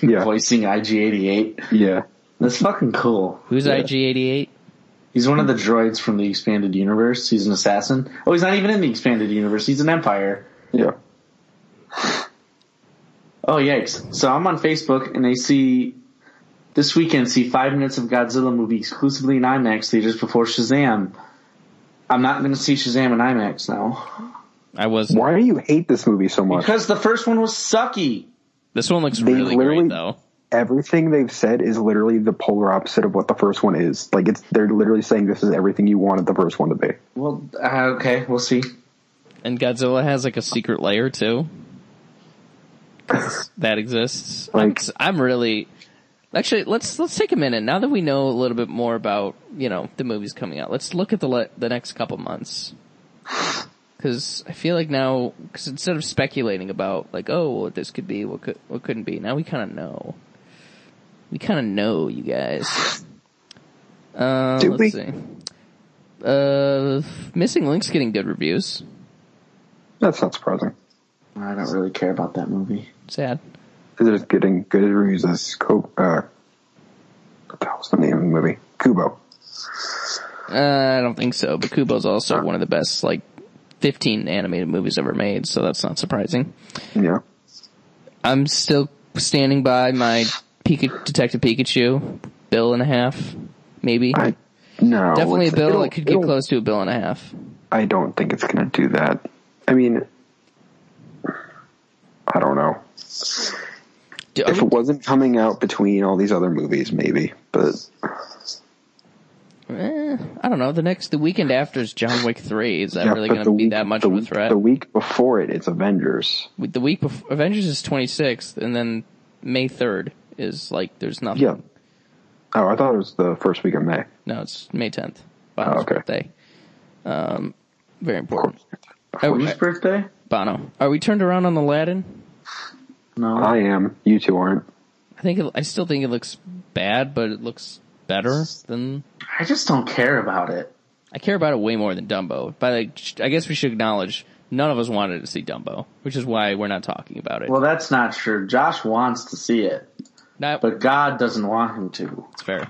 Speaker 4: yeah,
Speaker 3: voicing IG-88?
Speaker 4: yeah.
Speaker 3: That's fucking cool.
Speaker 2: Who's
Speaker 4: Yeah.
Speaker 2: IG88?
Speaker 3: He's one of the droids from the expanded universe. He's an assassin. Oh, he's not even in the expanded universe. He's an empire.
Speaker 4: Yeah.
Speaker 3: Oh yikes! So I'm on Facebook and they see this weekend see five minutes of Godzilla movie exclusively in IMAX theaters before Shazam. I'm not going to see Shazam in IMAX now
Speaker 2: I was.
Speaker 4: Why do you hate this movie so much?
Speaker 3: because the first one was sucky.
Speaker 2: This one looks
Speaker 4: They
Speaker 2: really
Speaker 4: literally-
Speaker 2: great though.
Speaker 4: everything they've said is literally the polar opposite of what the first one is. Like it's they're literally saying this is everything you wanted the first one to be.
Speaker 3: Well, uh, okay, we'll see.
Speaker 2: And Godzilla has like a secret layer too. 'Cause That exists. I'm,
Speaker 4: Like-
Speaker 2: I'm really actually let's let's take a minute now that we know a little bit more about you know the movies coming out. Let's look at the le- the next couple months because I feel like now because instead of speculating about like oh what this could be what could what couldn't be now we kind of know we kind of know you guys. Uh,
Speaker 4: Do
Speaker 2: let's
Speaker 4: we?
Speaker 2: see. Uh, Missing Link's getting good reviews.
Speaker 4: That's not surprising.
Speaker 3: I don't really care about that movie.
Speaker 2: Sad.
Speaker 4: They're just getting good reviews as Co- uh, what the hell's the name of the movie? Kubo.
Speaker 2: Uh, I don't think so, but Kubo's also one of the best, like, 15 animated movies ever made, so that's not surprising.
Speaker 4: Yeah.
Speaker 2: I'm still standing by my Pika- Detective Pikachu, bill and a half, maybe.
Speaker 4: I no.
Speaker 2: Definitely a
Speaker 4: it's-
Speaker 2: bill,
Speaker 4: it'll-
Speaker 2: it could get
Speaker 4: it'll-
Speaker 2: close to a bill and a half.
Speaker 4: I don't think it's gonna do that. I mean I don't know.
Speaker 2: Do-
Speaker 4: If it wasn't coming out between all these other movies, maybe. But
Speaker 2: eh, I don't know, the next, the weekend after is John Wick 3, is that
Speaker 4: yeah,
Speaker 2: really
Speaker 4: but
Speaker 2: gonna
Speaker 4: the
Speaker 2: be
Speaker 4: week-
Speaker 2: that much
Speaker 4: the
Speaker 2: of a
Speaker 4: week-
Speaker 2: threat?
Speaker 4: The week before it, it's Avengers.
Speaker 2: With the week before, Avengers is 26th, and then May 3rd is like, there's nothing.
Speaker 4: Yeah. Oh, I thought it was the first week of May.
Speaker 2: No, it's May 10th. Bono's
Speaker 4: Oh, okay.
Speaker 2: birthday. Um, very important. Are we,
Speaker 3: Whose birthday?
Speaker 2: Bono, are we turned around on Aladdin?
Speaker 3: No,
Speaker 4: I am. You two aren't.
Speaker 2: I think it, I still think it looks bad, but it looks better than
Speaker 3: I just don't care about it.
Speaker 2: I care about it way more than Dumbo. But I, I guess we should acknowledge none of us wanted to see Dumbo, which is why we're not talking about it.
Speaker 3: Well, that's not true. Josh wants to see it,
Speaker 2: Not-
Speaker 3: but God doesn't want him to.
Speaker 2: it's fair.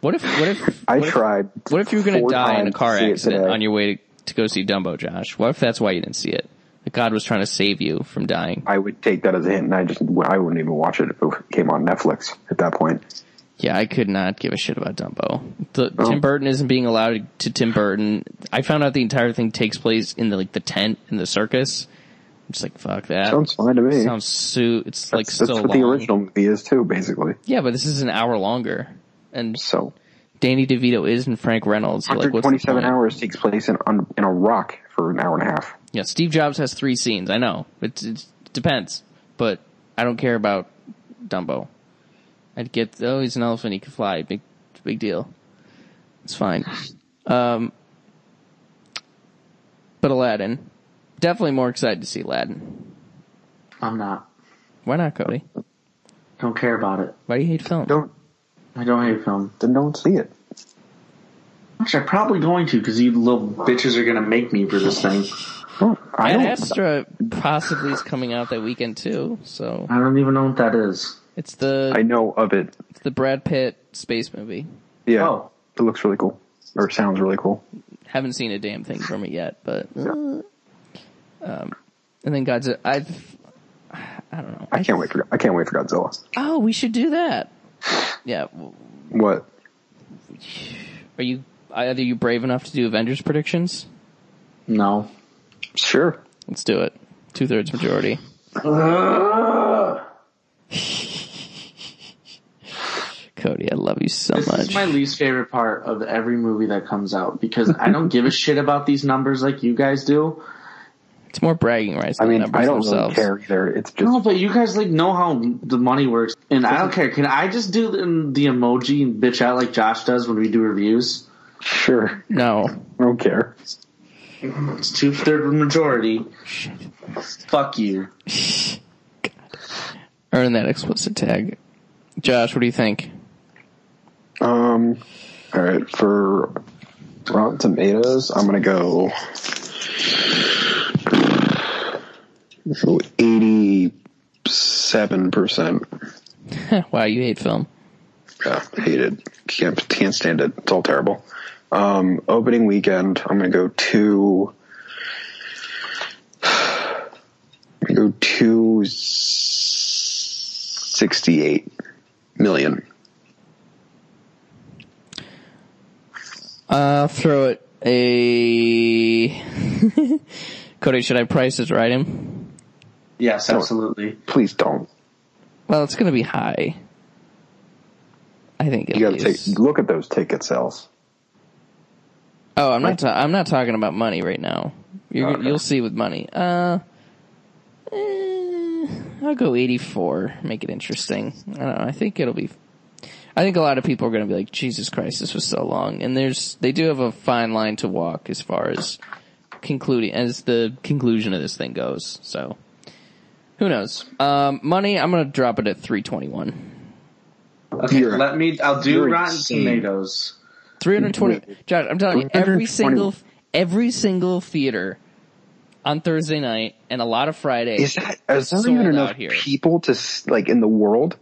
Speaker 2: What if what if
Speaker 4: *laughs* I
Speaker 2: what if-
Speaker 4: tried.
Speaker 2: what if you were going
Speaker 4: four
Speaker 2: to die in a
Speaker 4: times
Speaker 2: car
Speaker 4: to see it
Speaker 2: accident
Speaker 4: today.
Speaker 2: on your way to, to go see Dumbo, Josh? What if that's why you didn't see it? That God was trying to save you from dying.
Speaker 4: I would take that as a hint, and I just I wouldn't even watch it if it came on Netflix at that point.
Speaker 2: Yeah, I could not give a shit about Dumbo. The,
Speaker 4: Oh.
Speaker 2: Tim Burton isn't being allowed to Tim Burton. I found out the entire thing takes place in the like the tent in the circus. I'm just like fuck that.
Speaker 4: Sounds fine to me.
Speaker 2: Sounds so. It's like
Speaker 4: that's
Speaker 2: so
Speaker 4: what
Speaker 2: long.
Speaker 4: the original movie is too, basically.
Speaker 2: Yeah, but this is an hour longer, and
Speaker 4: So
Speaker 2: Danny DeVito isn't Frank Reynolds. so, Like what's the
Speaker 4: 127
Speaker 2: point?
Speaker 4: hours takes place in on, in a rock for an hour and a half.
Speaker 2: Yeah, Steve Jobs has three scenes. I know. It, it depends, but I don't care about Dumbo. I'd get oh, he's an elephant. He can fly. Big, big deal. It's fine. Um, but Aladdin, definitely more excited to see Aladdin.
Speaker 3: I'm not.
Speaker 2: Why not, Cody?
Speaker 3: Don't care about it.
Speaker 2: Why do you hate film?
Speaker 4: Don't
Speaker 3: I don't hate film.
Speaker 4: then don't see it.
Speaker 3: Which I'm probably going to because you little bitches are going to make me for this thing.
Speaker 4: Oh, I
Speaker 2: Ad
Speaker 4: don't.
Speaker 2: Astra possibly is coming out that weekend too. So
Speaker 3: I don't even know what that is.
Speaker 2: it's the
Speaker 4: I know of it.
Speaker 2: it's the Brad Pitt space movie.
Speaker 4: Yeah,
Speaker 3: Oh.
Speaker 4: it looks really cool or sounds really cool.
Speaker 2: Haven't seen a damn thing from it yet, but
Speaker 4: *laughs*
Speaker 2: uh, um, and then Godzilla. I've I don't know.
Speaker 4: I can't wait for I can't wait for Godzilla.
Speaker 2: Oh, we should do that. Yeah. w-
Speaker 4: What?
Speaker 2: Are you either you brave enough to do Avengers predictions?
Speaker 3: No.
Speaker 4: Sure.
Speaker 2: Let's do it. Two thirds majority. Cody, I love you so
Speaker 3: This
Speaker 2: much.
Speaker 3: is my least favorite part of every movie that comes out because I don't give a shit about these numbers like you guys do.
Speaker 2: it's more bragging rights.
Speaker 4: I
Speaker 2: than
Speaker 4: mean,
Speaker 2: numbers
Speaker 4: I don't really
Speaker 2: themselves.
Speaker 4: care either. It's just
Speaker 3: No, but you guys like know how the money works, and I don't care. Can I just do the, the emoji and bitch out like Josh does when we do reviews?
Speaker 4: sure.
Speaker 2: No.
Speaker 4: I don't care.
Speaker 3: It's two third majority. Fuck you.
Speaker 2: Earn that explicit tag. Josh, what do you think? *laughs*
Speaker 4: Um. All right. For Rotten Tomatoes, I'm gonna go eighty-seven percent.
Speaker 2: wow, you hate film.
Speaker 4: Yeah, hate it. Can't can't stand it. It's all terrible. Um, opening weekend, I'm gonna go to. I'm gonna go to sixty-eight million.
Speaker 2: I'll throw it a. *laughs* Cody, should I price it right him?
Speaker 3: Yes, absolutely.
Speaker 4: Please don't.
Speaker 2: Well, it's going to be high. I think. At
Speaker 4: You gotta
Speaker 2: least.
Speaker 4: take look at those ticket sales.
Speaker 2: Oh, I'm not. Ta- I'm not talking about money right now. You're,
Speaker 4: Oh, Okay.
Speaker 2: You'll see with money. Uh, eh, I'll go 84. Make it interesting. I don't know. I think it'll be. I think a lot of people are going to be like, Jesus Christ, this was so long. And there's they do have a fine line to walk as far as concluding as the conclusion of this thing goes. So who knows? Um, money. I'm going to drop it at 321.
Speaker 3: Okay,
Speaker 4: You're-
Speaker 3: let me. I'll do
Speaker 4: you're
Speaker 3: Rotten
Speaker 4: insane.
Speaker 3: Tomatoes.
Speaker 2: 320. Josh, I'm telling you, every
Speaker 4: 320.
Speaker 2: single every single theater on Thursday night and a lot of Friday.
Speaker 4: Is that is there
Speaker 2: Sold
Speaker 4: even
Speaker 2: out
Speaker 4: enough
Speaker 2: here.
Speaker 4: people to s- like in the world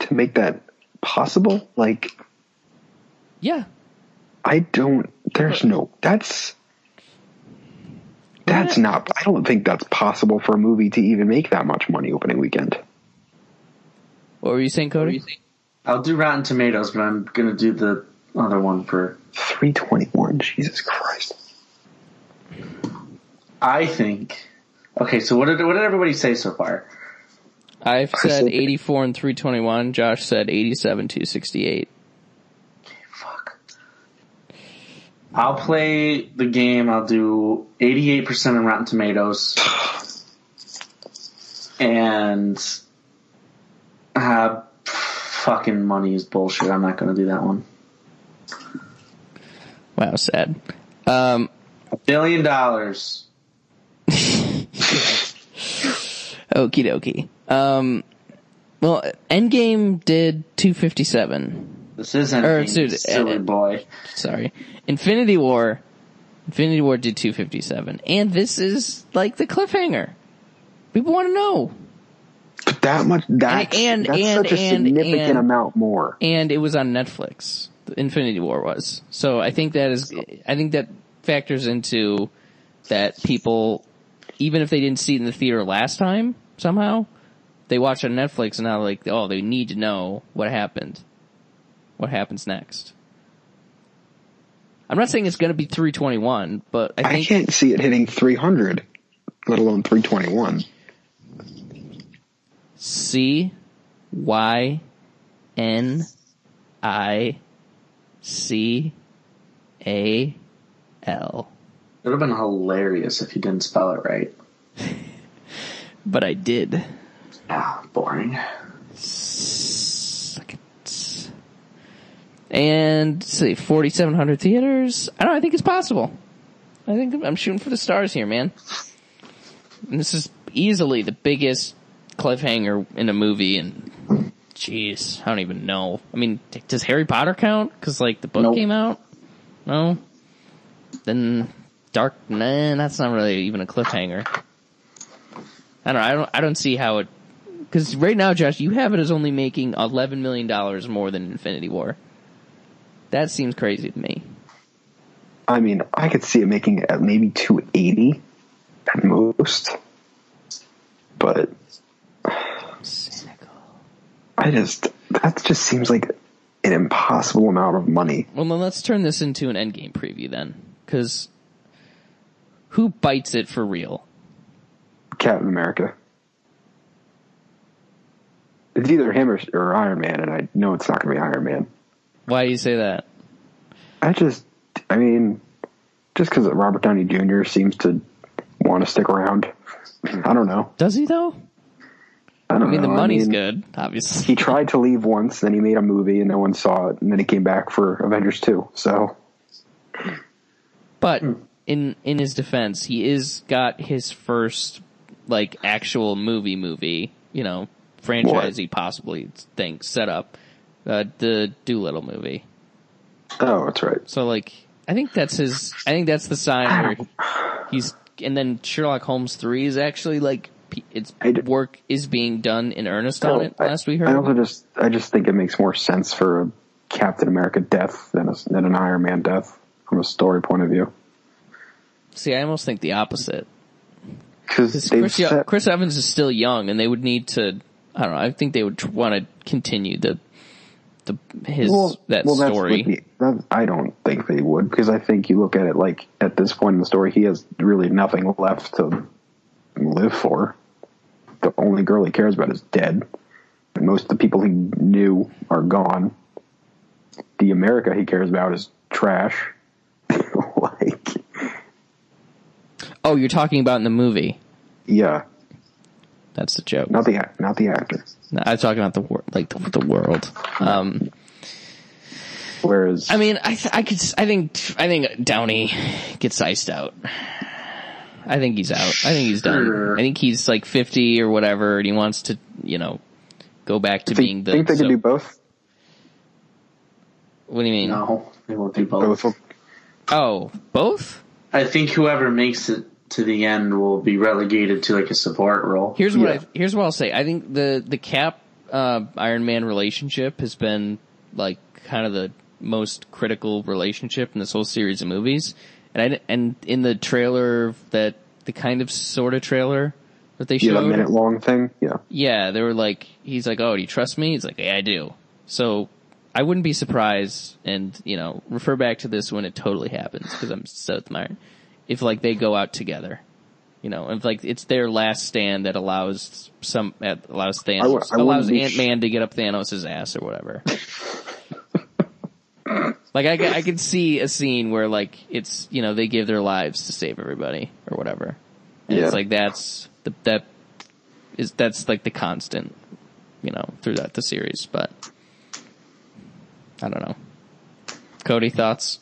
Speaker 4: to make that possible? Like
Speaker 2: yeah,
Speaker 4: I don't. There's no. That's. That's not. I don't think that's possible for a movie to even make that much money opening weekend.
Speaker 2: What were you saying, Cody?
Speaker 3: I'll do Rotten Tomatoes, but I'm gonna do the other one for.
Speaker 4: Three twenty one. Jesus Christ.
Speaker 3: I think. Okay, so what did what did everybody say so far?
Speaker 2: I've said
Speaker 4: said-
Speaker 2: 84 and 321. Josh said 87 268.
Speaker 3: Fuck. I'll play the game. I'll do 88% on Rotten Tomatoes. And. Uh, fucking money is bullshit. I'm not going to do that one.
Speaker 2: Wow, sad. Um,
Speaker 3: Billion dollars.
Speaker 2: okie dokie. Um, well, Endgame did 257.
Speaker 3: This isn't.
Speaker 2: Or, dude,
Speaker 3: silly
Speaker 2: eh,
Speaker 3: boy.
Speaker 2: Sorry. Infinity War. Infinity War did 257. And this is like the cliffhanger. People want to know.
Speaker 4: But that much. That's,
Speaker 2: And-
Speaker 4: that's
Speaker 2: and-
Speaker 4: such a
Speaker 2: and-
Speaker 4: significant
Speaker 2: and-
Speaker 4: amount more.
Speaker 2: and it was on Netflix. The Infinity War was. So I think that is, I think that factors into that people, even if they didn't see it in the theater last time, somehow, they watch it on Netflix and now like, oh, they need to know what happened. What happens next. I'm not saying it's gonna be 321, but I
Speaker 4: I
Speaker 2: think
Speaker 4: can't see it hitting three hundred, let alone three twenty one.
Speaker 2: C Y N I C A L.
Speaker 3: It would have been hilarious if you didn't spell it right.
Speaker 2: But I did.
Speaker 3: Ah, boring.
Speaker 2: Suck it. And let's see, 4,700 theaters. I don't know, I think it's possible. I think I'm shooting for the stars here, man. And this is easily the biggest cliffhanger in a movie and jeez, I don't even know. I mean, d- does Harry Potter count? Cause like the book
Speaker 3: Nope.
Speaker 2: came out? No? Then Dark, nah, that's not really even a cliffhanger. I don't, I don't, I don't see how it because right now, Josh, you have it as only making eleven million dollars more than Infinity War. That seems crazy to me.
Speaker 4: I mean, I could see it making at maybe 280 at most, but
Speaker 2: Cynical.
Speaker 4: I just that just seems like an impossible amount of money.
Speaker 2: Well, then let's turn this into an endgame preview then, because who bites it for real?
Speaker 4: Captain America. It's either him or, or Iron Man, and I know it's not going to be Iron Man.
Speaker 2: Why do you say that?
Speaker 4: I just, I mean, just because Robert Downey Jr. seems to want to stick around. I don't know.
Speaker 2: Does he though?
Speaker 4: I don't
Speaker 2: I mean, the
Speaker 4: know.
Speaker 2: money's
Speaker 4: mean,
Speaker 2: good, obviously. *laughs*
Speaker 4: He tried to leave once, then he made a movie, and no one saw it, and then he came back for Avengers 2. So,
Speaker 2: But in in his defense, he is got his first like actual movie movie, you know, franchise he possibly thing set up. Uh, the Doolittle movie.
Speaker 4: oh, that's right.
Speaker 2: So like, I think that's his. I think that's the sign where he's. And then Sherlock Holmes three is actually like p- its
Speaker 4: I d-
Speaker 2: work is being done in earnest on it.
Speaker 4: I-
Speaker 2: Last we
Speaker 4: I
Speaker 2: heard,
Speaker 4: also just, I just think it makes more sense for a Captain America death than, a, than an Iron Man death from a story point of view.
Speaker 2: see, I almost think the opposite.
Speaker 4: Because
Speaker 2: Because
Speaker 4: they've
Speaker 2: Chris, Yo-
Speaker 4: set,
Speaker 2: Chris Evans is still young, and they would need to. I don't know. I think they would want to continue the the his that
Speaker 4: that's
Speaker 2: story.
Speaker 4: what the- that- I don't think they would because I think you look at it like at this point in the story, he has really nothing left to live for. The only girl he cares about is dead. And most of the people he knew are gone. The America he cares about is trash. *laughs* like,
Speaker 2: oh, you're talking about in the movie.
Speaker 4: yeah,
Speaker 2: That's the joke.
Speaker 4: not the act- not the actor.
Speaker 2: No, I'm talking about the wor- like the, the world. Um,
Speaker 4: Whereas
Speaker 2: I mean, I th- I could s- I think I think Downey gets iced out. I think he's out. I think he's done.
Speaker 3: Sure.
Speaker 2: I think he's like 50 or whatever, and he wants to you know go back to
Speaker 4: do
Speaker 2: being
Speaker 4: you
Speaker 2: the.
Speaker 4: think they
Speaker 2: so-
Speaker 4: could do both?
Speaker 2: what do you mean?
Speaker 5: No, they won't do both.
Speaker 4: Both will-
Speaker 2: Oh, both.
Speaker 5: I think whoever makes it to the end will be relegated to like a support role.
Speaker 2: Here's what
Speaker 4: Yeah.
Speaker 2: I here's what I'll say. I think the the Cap uh, Iron Man relationship has been like kind of the most critical relationship in this whole series of movies, and I di- and in the trailer that the kind of sort of trailer that they
Speaker 4: yeah,
Speaker 2: showed,
Speaker 4: a minute long thing. Yeah,
Speaker 2: yeah, they were like, he's like, oh, do you trust me? He's like, yeah, I do. So I wouldn't be surprised, and you know, refer back to this when it totally happens because I'm so smart. If like they go out together, you know, if like it's their last stand that allows some that allows
Speaker 4: I wou-
Speaker 2: Thanos
Speaker 4: I wouldn't
Speaker 2: allows
Speaker 4: be
Speaker 2: Ant Man to get up Thanos' ass or whatever. like I, ca- I could see a scene where like it's you know they give their lives to save everybody or whatever. And
Speaker 4: yeah.
Speaker 2: It's like that's the, that is that's like the constant, you know, throughout the series. But I don't know. Cody, thoughts?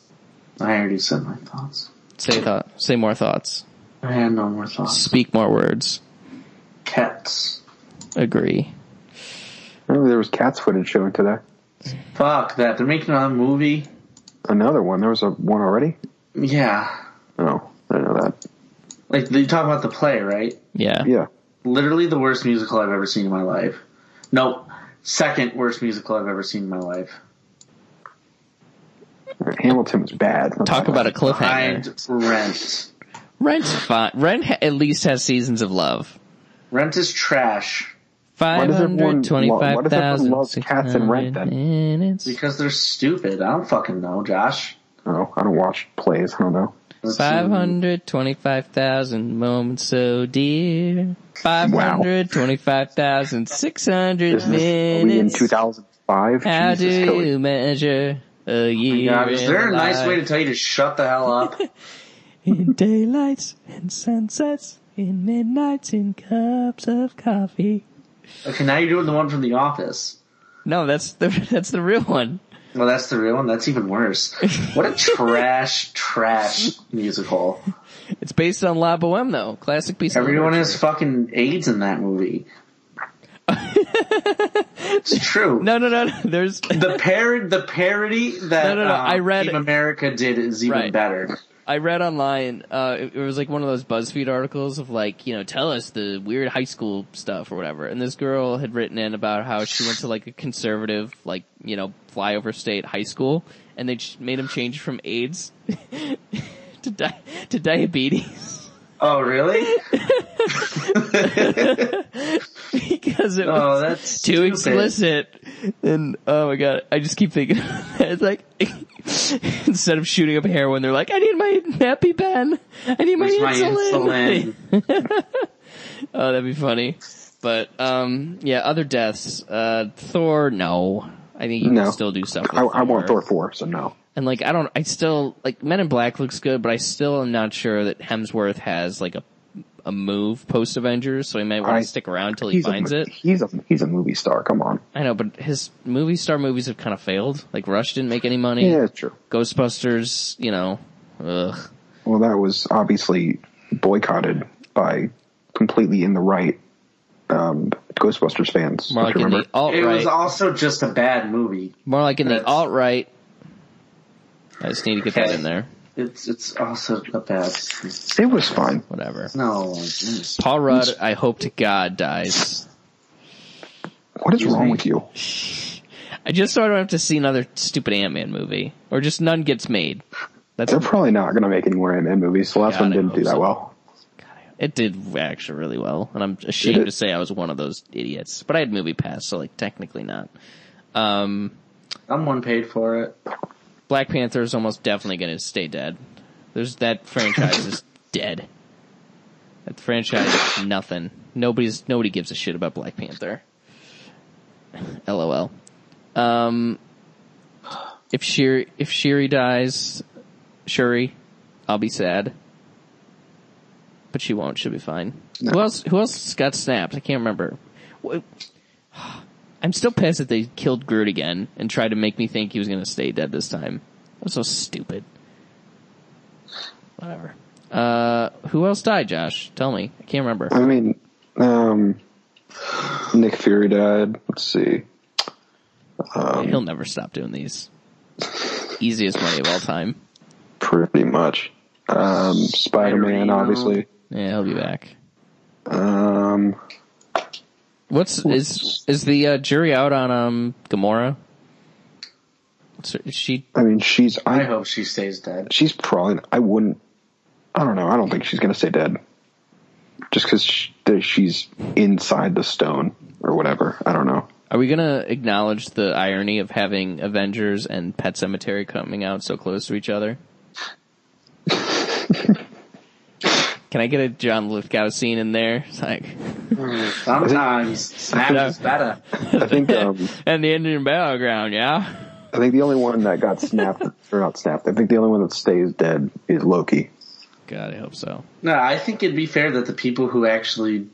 Speaker 5: I already said my thoughts.
Speaker 2: Say thought. Say more thoughts.
Speaker 5: I had no more thoughts.
Speaker 2: Speak more words.
Speaker 5: Cats.
Speaker 2: Agree.
Speaker 4: Remember there was cats footage shown today.
Speaker 5: Fuck that. They're making another movie.
Speaker 4: Another one. There was a one already.
Speaker 5: Yeah.
Speaker 4: Oh, I know that.
Speaker 5: Like they talk about the play, right?
Speaker 2: Yeah.
Speaker 4: Yeah.
Speaker 5: Literally the worst musical I've ever seen in my life. Nope. Second worst musical I've ever seen in my life.
Speaker 4: Hamilton was bad.
Speaker 2: Talk about a cliffhanger.
Speaker 5: Find Rent.
Speaker 2: Rent's fine. Rent ha- at least has seasons of love.
Speaker 5: Rent is trash
Speaker 4: Why
Speaker 2: Five
Speaker 4: does everyone
Speaker 2: hundred
Speaker 4: lo-
Speaker 2: twenty-five
Speaker 4: why does everyone
Speaker 2: thousand.
Speaker 4: love cats and rent then?
Speaker 5: because they're stupid. I don't fucking know, Josh.
Speaker 4: Oh, I don't watch plays. I don't know.
Speaker 5: Let's see.
Speaker 2: Five hundred twenty-five thousand moments so dear. Five hundred twenty-five thousand six hundred
Speaker 4: Is this, are we in
Speaker 2: minutes.
Speaker 4: 2005?
Speaker 2: How
Speaker 4: Jesus,
Speaker 2: do
Speaker 4: Cody.
Speaker 2: you measure a year?
Speaker 5: Oh God, is
Speaker 2: in
Speaker 5: there a
Speaker 2: the
Speaker 5: nice
Speaker 2: life?
Speaker 5: way to tell you to shut the hell
Speaker 2: *laughs*
Speaker 5: up?
Speaker 2: in daylights and sunsets, in midnights, in cups of coffee?
Speaker 5: okay, now you're doing the one from The Office.
Speaker 2: No, that's the *laughs* that's the real one.
Speaker 5: Well, that's the real one. That's even worse. What a
Speaker 2: *laughs*
Speaker 5: trash, trash musical.
Speaker 2: It's based on La Boheme though, classic piece. of
Speaker 5: Everyone
Speaker 2: literature.
Speaker 5: has fucking AIDS in that movie.
Speaker 2: *laughs*
Speaker 5: it's true.
Speaker 2: No, no, no, no. There's
Speaker 5: The parod the parody that
Speaker 2: No, no, no,
Speaker 5: um,
Speaker 2: I read-
Speaker 5: Team America did is even
Speaker 2: Right.
Speaker 5: better.
Speaker 2: I read online. Uh, it, it was like one of those BuzzFeed articles of like, you know, tell us the weird high school stuff or whatever. And this girl had written in about how she went to like a conservative, like you know, flyover state high school, and they ch- made him change from AIDS *laughs* to di- to diabetes *laughs*
Speaker 5: Oh, really?
Speaker 2: because it was
Speaker 5: Oh, that's
Speaker 2: too
Speaker 5: stupid.
Speaker 2: explicit. And oh my god, I just keep thinking *laughs* of that. It's like instead of shooting up heroin, they're like, I need my nappy pen. I need my
Speaker 5: Where's my
Speaker 2: insulin.
Speaker 5: insulin?
Speaker 2: oh, that'd be funny. But um, yeah, other deaths. Uh, Thor, no. I think you
Speaker 4: No.
Speaker 2: can still do stuff. With
Speaker 4: I, I want
Speaker 2: Thor.
Speaker 4: Thor four, so no.
Speaker 2: And like, I don't, I still, like, Men in Black looks good, but I still am not sure that Hemsworth has like a, a move post Avengers, so he might want
Speaker 4: I-
Speaker 2: to stick around till he
Speaker 4: he's
Speaker 2: finds
Speaker 4: a, mo-
Speaker 2: it.
Speaker 4: He's a he's a movie star. Come on.
Speaker 2: I know, but his movie star movies have kind of failed. Like Rush didn't make any money.
Speaker 4: Yeah, it's true.
Speaker 2: Ghostbusters, you know, ugh.
Speaker 4: Well, that was obviously boycotted by completely in the right um, Ghostbusters fans.
Speaker 2: More
Speaker 4: if
Speaker 2: like
Speaker 4: you
Speaker 2: in the
Speaker 4: remember.
Speaker 2: alt
Speaker 5: It was
Speaker 2: right.
Speaker 5: also just a bad movie.
Speaker 2: More like in the
Speaker 5: that's-
Speaker 2: alt right. I just need to get that
Speaker 5: Okay.
Speaker 2: in there.
Speaker 5: It's it's also a bad.
Speaker 4: it was fine.
Speaker 2: Whatever.
Speaker 5: No. Excuse
Speaker 2: Paul Rudd, I hope to God dies.
Speaker 4: What is wrong
Speaker 5: me.
Speaker 4: with you?
Speaker 2: I just so I don't have to see another stupid Ant Man movie, or just none gets made. That's
Speaker 4: They're probably not going to make any more Ant-Man movies. The last
Speaker 2: God,
Speaker 4: one
Speaker 2: I
Speaker 4: didn't
Speaker 2: hope
Speaker 4: do that
Speaker 2: so.
Speaker 4: well.
Speaker 2: It did actually really well, and I'm ashamed
Speaker 4: did.
Speaker 2: to say I was one of those idiots. But I had movie pass, so like technically not. Um,
Speaker 5: Someone paid for it.
Speaker 2: Black Panther is almost definitely going to stay dead. There's that franchise is dead. That franchise, nothing. Nobody's nobody gives a shit about Black Panther. LOL. Um, if Shiri if Shiri dies, Shuri, I'll be sad. But she won't. She'll be fine. Who else? Who else got snapped? I can't remember. Wh- I'm still pissed that they killed Groot again and tried to make me think he was going to stay dead this time. That was so stupid. Whatever. Uh, who else died, Josh? Tell me. I can't remember.
Speaker 4: I mean, um, Nick Fury died. Let's see.
Speaker 2: He'll never stop doing these. Easiest money of all time.
Speaker 4: Pretty much. Um, Spider-Man,
Speaker 5: Spider-Man.
Speaker 4: obviously.
Speaker 2: Yeah, he'll be back.
Speaker 4: Um,
Speaker 2: What's is is the uh, jury out on um Gamora? What's her- Is she
Speaker 4: I mean, she's
Speaker 5: I
Speaker 4: I
Speaker 5: hope she stays dead.
Speaker 4: she's probably I wouldn't. I don't know. I don't think she's going to stay dead. Just because she's inside the stone or whatever. I don't know.
Speaker 2: Are we gonna acknowledge the irony of having Avengers and Pet Cemetery coming out so close to each *laughs* other? Can I get a John Lithgow scene in there? It's like,
Speaker 5: Sometimes Snap is better.
Speaker 4: I
Speaker 5: *laughs*
Speaker 4: think um,
Speaker 2: and the Indian battleground, yeah?
Speaker 4: I think the only one that got snapped or not snapped. I think the only one that stays dead is Loki.
Speaker 2: God, I hope so.
Speaker 5: No, I think it'd be fair that the people who actually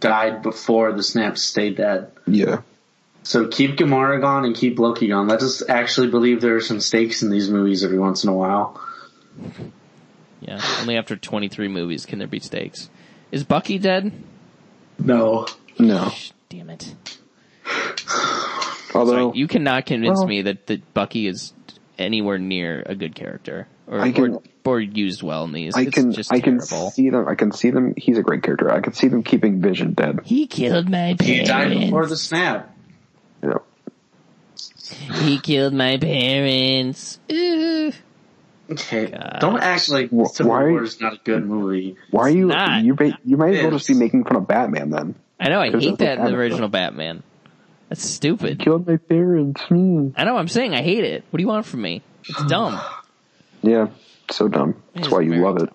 Speaker 5: died before the Snap stay dead.
Speaker 4: Yeah.
Speaker 5: So keep Gamora gone and keep Loki gone. Let us actually believe there are some stakes in these movies every once in a while.
Speaker 2: Yeah, only after 23 movies can there be stakes. Is Bucky dead?
Speaker 5: No.
Speaker 4: No.
Speaker 2: Damn it.
Speaker 4: Although
Speaker 2: You cannot convince
Speaker 4: Well-
Speaker 2: me that, that Bucky is anywhere near a good character. Or,
Speaker 4: I can-
Speaker 2: or, or used well in these.
Speaker 4: I
Speaker 2: it's
Speaker 4: can
Speaker 2: just
Speaker 4: I can
Speaker 2: terrible.
Speaker 4: see them. I can see them. He's a great character. I can see them keeping Vision dead.
Speaker 2: He killed my parents.
Speaker 5: He died before the Snap.
Speaker 4: You know.
Speaker 2: He killed my parents. Ooh.
Speaker 5: Okay. Don't act like
Speaker 4: Wh-
Speaker 5: Civil
Speaker 4: why-
Speaker 5: War is not a good movie.
Speaker 4: Why are you
Speaker 2: not.
Speaker 4: you ba- you might as well
Speaker 5: It's-
Speaker 4: just be making fun of Batman then.
Speaker 2: I know, I
Speaker 4: Because
Speaker 2: hate
Speaker 4: that's what
Speaker 2: that in the
Speaker 4: Batman
Speaker 2: original Batman. That's stupid.
Speaker 4: Killed my parents. hmm.
Speaker 2: I know, I'm saying I hate it. What do you want from me?
Speaker 5: *sighs*
Speaker 2: It's dumb.
Speaker 4: Yeah, so dumb. That's
Speaker 2: It's
Speaker 4: why you
Speaker 2: very
Speaker 4: love it.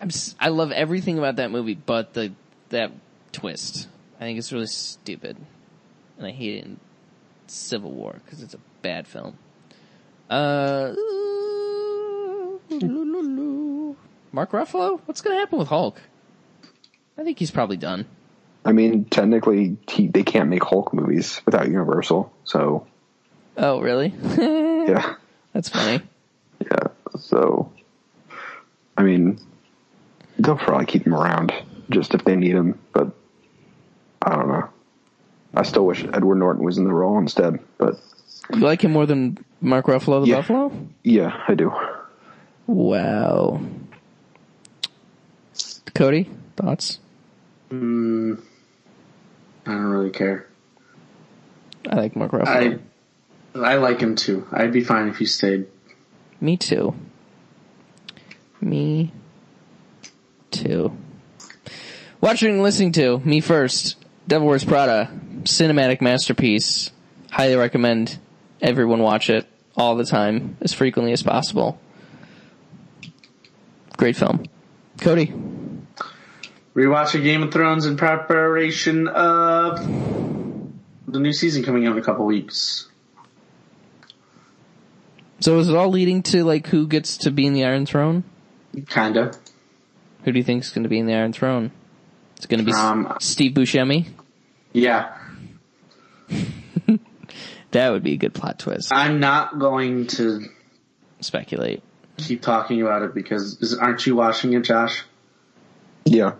Speaker 2: I'm s- I love everything about that movie but the, that twist. I think it's really stupid. And I hate it in Civil War because it's a bad film. Uh, Mark Ruffalo? What's gonna happen with Hulk? I think he's probably done.
Speaker 4: I mean, technically, he, they can't make Hulk movies without Universal. So
Speaker 2: Oh, really? *laughs*
Speaker 4: yeah,
Speaker 2: That's funny.
Speaker 4: yeah. So I mean, they'll probably keep him around just if they need him. But I don't know. I still wish Edward Norton was in the role instead. But
Speaker 2: You like him more than Mark Ruffalo, the
Speaker 4: Yeah.
Speaker 2: Buffalo?
Speaker 4: yeah, I do.
Speaker 2: Wow. Cody, thoughts?
Speaker 3: Mm, I don't really care.
Speaker 2: I like Mark Ruffalo.
Speaker 3: I I like him too. I'd be fine if he stayed.
Speaker 2: Me too. Me too. Watching and listening to me first. Devil Wears Prada, cinematic masterpiece. Highly recommend everyone watch it all the time, as frequently as possible. Great film. Cody,
Speaker 3: Rewatching Game of Thrones in preparation of the new season coming out in a couple weeks.
Speaker 2: so is it all leading to like who gets to be in the Iron Throne?
Speaker 3: Kinda.
Speaker 2: Who do you think's going to be in the Iron Throne? It's going to be S-
Speaker 3: Um,
Speaker 2: Steve Buscemi.
Speaker 3: Yeah.
Speaker 2: That would be a good plot twist.
Speaker 3: I'm not going to
Speaker 2: Speculate.
Speaker 3: keep talking about it because is, aren't you watching it, Josh?
Speaker 4: Yeah,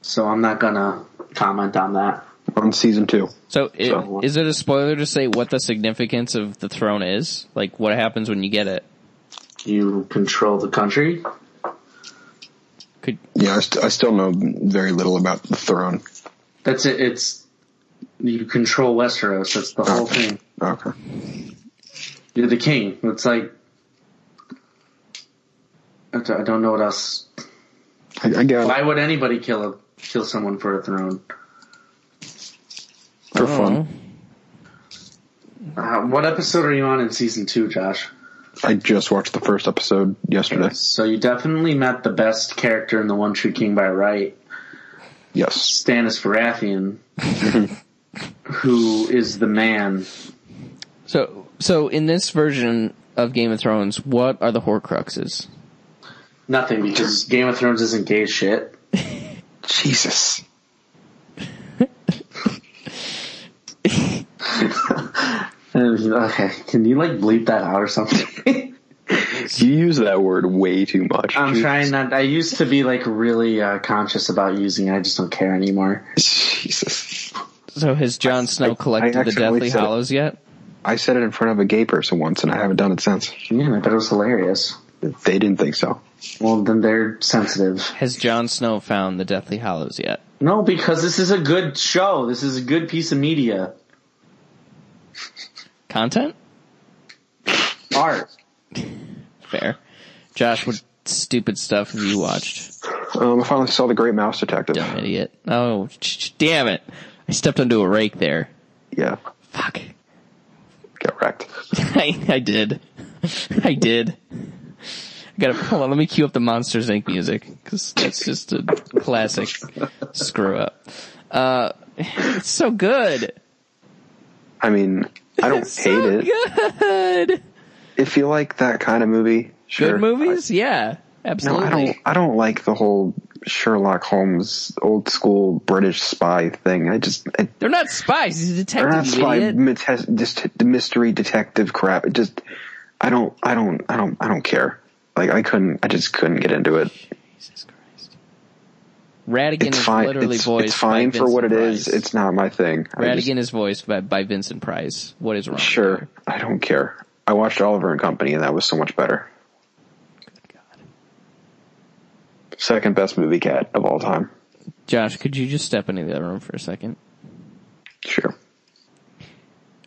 Speaker 3: So I'm not gonna comment on that.
Speaker 4: on season two.
Speaker 2: So, i-
Speaker 3: So-
Speaker 2: is it a spoiler to say what the significance of the throne is? Like, what happens when you get it?
Speaker 3: You control the country.
Speaker 2: Could
Speaker 4: Yeah, I, st- I still know very little about the throne.
Speaker 3: That's it. It's you control Westeros. That's the whole thing.
Speaker 4: Oh, Okay.
Speaker 3: You're the king. It's like I d- I don't know what else.
Speaker 4: I, I got it.
Speaker 3: Why would anybody kill a kill someone for a throne?
Speaker 4: For
Speaker 2: I don't
Speaker 4: fun.
Speaker 2: know.
Speaker 3: Uh, what episode are you on in season two, Josh?
Speaker 4: I just watched the first episode yesterday.
Speaker 3: So you definitely met the best character in the One True King by right,
Speaker 4: Yes.
Speaker 3: Stannis *laughs* Baratheon, who is the man.
Speaker 2: So, so in this version of Game of Thrones, what are the Horcruxes?
Speaker 3: Nothing because Game of Thrones isn't gay shit.
Speaker 4: Jesus.
Speaker 3: And- okay, can you like bleep that out or something?
Speaker 4: You use that word way too
Speaker 3: *laughs*
Speaker 4: much.
Speaker 3: I'm
Speaker 4: Jesus.
Speaker 3: trying not. I used to be like really uh, conscious about using. it. I just don't care anymore.
Speaker 4: Jesus.
Speaker 2: So, has Jon Snow
Speaker 4: I
Speaker 2: collected the
Speaker 4: accidentally
Speaker 2: Deathly
Speaker 4: said it.
Speaker 2: Hollows yet?
Speaker 4: I said it in front of a gay person once, and I haven't done it since.
Speaker 3: Yeah, I bet it was hilarious.
Speaker 4: They didn't think so.
Speaker 3: Well, then they're sensitive.
Speaker 2: Has Jon Snow found the Deathly Hollows yet?
Speaker 3: No, because this is a good show. This is a good piece of media.
Speaker 2: Content?
Speaker 3: Art.
Speaker 2: Fair. Josh, what stupid stuff have you watched?
Speaker 4: Um, I finally saw the Great Mouse Detective.
Speaker 2: Dumb idiot. Oh, sh- sh- damn it. I stepped onto a rake there.
Speaker 4: Yeah,
Speaker 2: Fuck.
Speaker 4: got wrecked.
Speaker 2: *laughs* I, I did. I did. I gotta, hold on, let me cue up the Monsters Inc. music, cause that's just a classic screw up. Uh, it's so good.
Speaker 4: I mean, I don't hate
Speaker 2: It's so
Speaker 4: it.
Speaker 2: good.
Speaker 4: If you like that kind of movie, sure.
Speaker 2: Good movies? yeah,
Speaker 4: I- no,
Speaker 2: absolutely.
Speaker 4: I don't. I don't like the whole Sherlock Holmes old school British spy thing. I just I,
Speaker 2: They're not spies, he's a
Speaker 4: they're
Speaker 2: detective,
Speaker 4: not
Speaker 2: you
Speaker 4: spy
Speaker 2: idiot.
Speaker 4: mete- just the mystery detective crap. It just I don't I don't I don't I don't care. Like I couldn't I just couldn't get into it.
Speaker 2: Jesus Christ. Radigan
Speaker 4: It's
Speaker 2: is
Speaker 4: fine.
Speaker 2: literally
Speaker 4: It's,
Speaker 2: voiced
Speaker 4: it's fine
Speaker 2: by
Speaker 4: for what it
Speaker 2: Vincent
Speaker 4: is.
Speaker 2: Price.
Speaker 4: It's not my thing. I just-
Speaker 2: Radigan is voiced by, by Vincent Price. What is wrong? with
Speaker 4: Sure,
Speaker 2: you?
Speaker 4: I don't care. I watched Oliver and Company, and that was so much better.
Speaker 2: God.
Speaker 4: Second best movie cat of all time.
Speaker 2: Josh, could you just step into the other room for a second?
Speaker 4: Sure.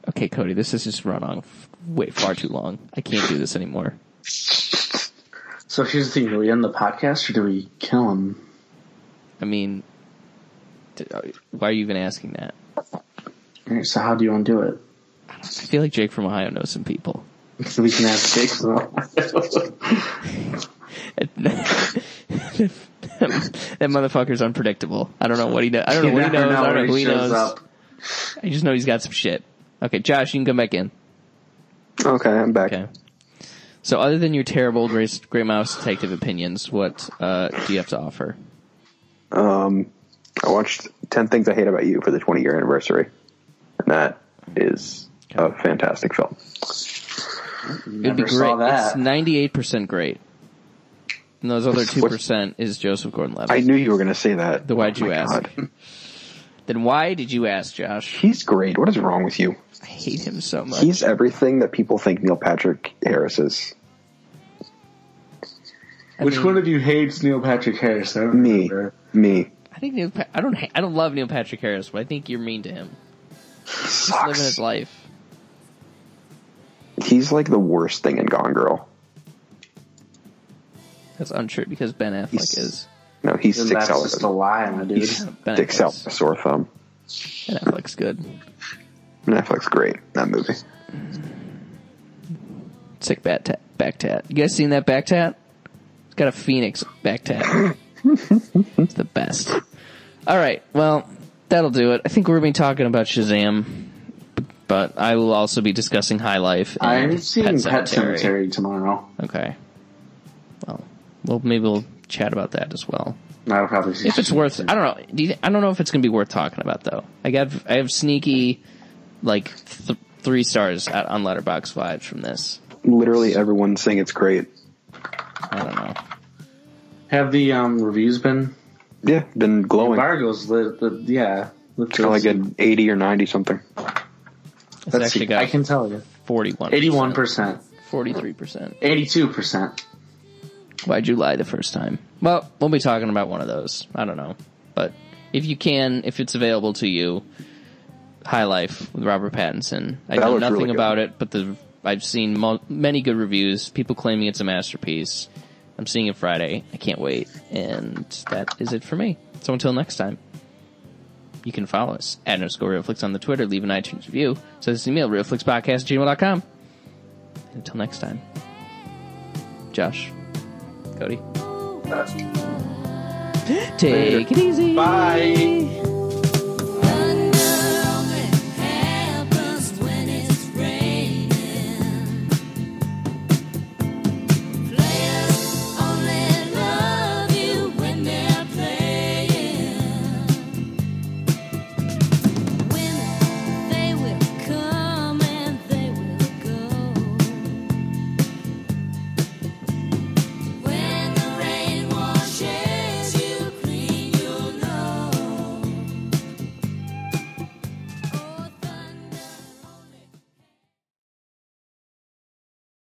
Speaker 2: Okay, Cody, this has just run on f- way far too long. I can't do this anymore.
Speaker 3: So here's the thing: do we end the podcast or do we kill him?
Speaker 2: I mean, d- uh, why are you even asking that?
Speaker 3: All right, so how do you undo it? *laughs*
Speaker 2: I feel like Jake from Ohio knows some people. *laughs*
Speaker 3: We can ask
Speaker 5: *laughs*
Speaker 3: Jake.
Speaker 2: that motherfucker's unpredictable. I don't know what he knows. I don't know what he knows. I don't know who he knows. I just know he's got some shit. Okay, Josh, you can come back in.
Speaker 4: Okay, I'm back.
Speaker 2: Okay. So, other than your terrible Grace, Grey Mouse detective opinions, what uh, do you have to offer?
Speaker 4: Um, I watched Ten Things I Hate About You for the 20 year anniversary, and that is a fantastic film.
Speaker 2: It'd be
Speaker 3: Never saw
Speaker 2: great.
Speaker 3: that.
Speaker 2: It's ninety-eight percent great. And those other two percent is Joseph
Speaker 4: I
Speaker 2: Gordon-Levitt.
Speaker 4: knew you were going to say that.
Speaker 2: Then why'd
Speaker 4: Oh
Speaker 2: you
Speaker 4: my
Speaker 2: ask?
Speaker 4: God.
Speaker 2: *laughs* Then why did you ask, Josh?
Speaker 4: He's great. What is wrong with you?
Speaker 2: I hate him so much.
Speaker 4: He's everything that people think Neil Patrick Harris is.
Speaker 2: I
Speaker 5: Which
Speaker 2: mean,
Speaker 5: one of you hates Neil Patrick Harris? I don't
Speaker 4: Me.
Speaker 5: remember.
Speaker 4: Me.
Speaker 2: I think Neil. Pa- I don't. ha- I don't love Neil Patrick Harris, but I think you're mean to him. He's living
Speaker 4: Sucks.
Speaker 2: his life.
Speaker 4: He's like the worst thing in Gone Girl.
Speaker 2: That's untrue because Ben Affleck
Speaker 4: He's-
Speaker 2: is.
Speaker 4: No, he's
Speaker 5: Then
Speaker 4: six
Speaker 5: that's just a
Speaker 4: eleven.
Speaker 5: lie, my dude.
Speaker 4: He's
Speaker 2: Ben
Speaker 4: six out
Speaker 2: Affleck's,
Speaker 4: a sore thumb.
Speaker 2: ben Affleck's good.
Speaker 4: Netflix, great that movie.
Speaker 2: Sick bat tat, back tat. You guys seen that back tat? It's got a phoenix back
Speaker 5: *laughs*
Speaker 2: tat. it's the best. All right, well, that'll do it. I think we're going to be talking about Shazam, but I will also be discussing High Life. and
Speaker 5: I'm seeing Pet Cemetery.
Speaker 2: Sematary.
Speaker 5: tomorrow.
Speaker 2: Okay. Well, well, maybe we'll chat about that as well.
Speaker 5: I'll probably see.
Speaker 2: If it's worth, I don't know. Do you, I don't know if it's going to be worth talking about though. I got, I have sneaky, like th- three stars at, on Letterbox vibes from this.
Speaker 4: Literally everyone's saying it's great.
Speaker 2: I don't know.
Speaker 5: Have the um, reviews been?
Speaker 4: Yeah, been glowing.
Speaker 5: Embargoes, the, the, yeah.
Speaker 4: It's kind of like an eighty or ninety something.
Speaker 2: It's
Speaker 5: Let's
Speaker 2: actually
Speaker 5: see.
Speaker 2: got
Speaker 5: I can tell you.
Speaker 2: 41
Speaker 5: 81 percent
Speaker 2: 43%.
Speaker 5: 82 percent
Speaker 2: Why'd you lie the first time? Well, we'll be talking about one of those. I don't know. But if you can, if it's available to you, High Life with Robert Pattinson. I
Speaker 4: That
Speaker 2: know
Speaker 4: looks
Speaker 2: nothing
Speaker 4: really good.
Speaker 2: about it, but the I've seen mo- many good reviews, people claiming it's a masterpiece. I'm seeing it Friday. I can't wait. And that is it for me. So until next time, you can follow us at underscore Realflix on the Twitter, leave an iTunes review, send us an email, realflixpodcast.gmail.com. And until next time, Josh, Cody. *gasps* Take it easy.
Speaker 5: Bye.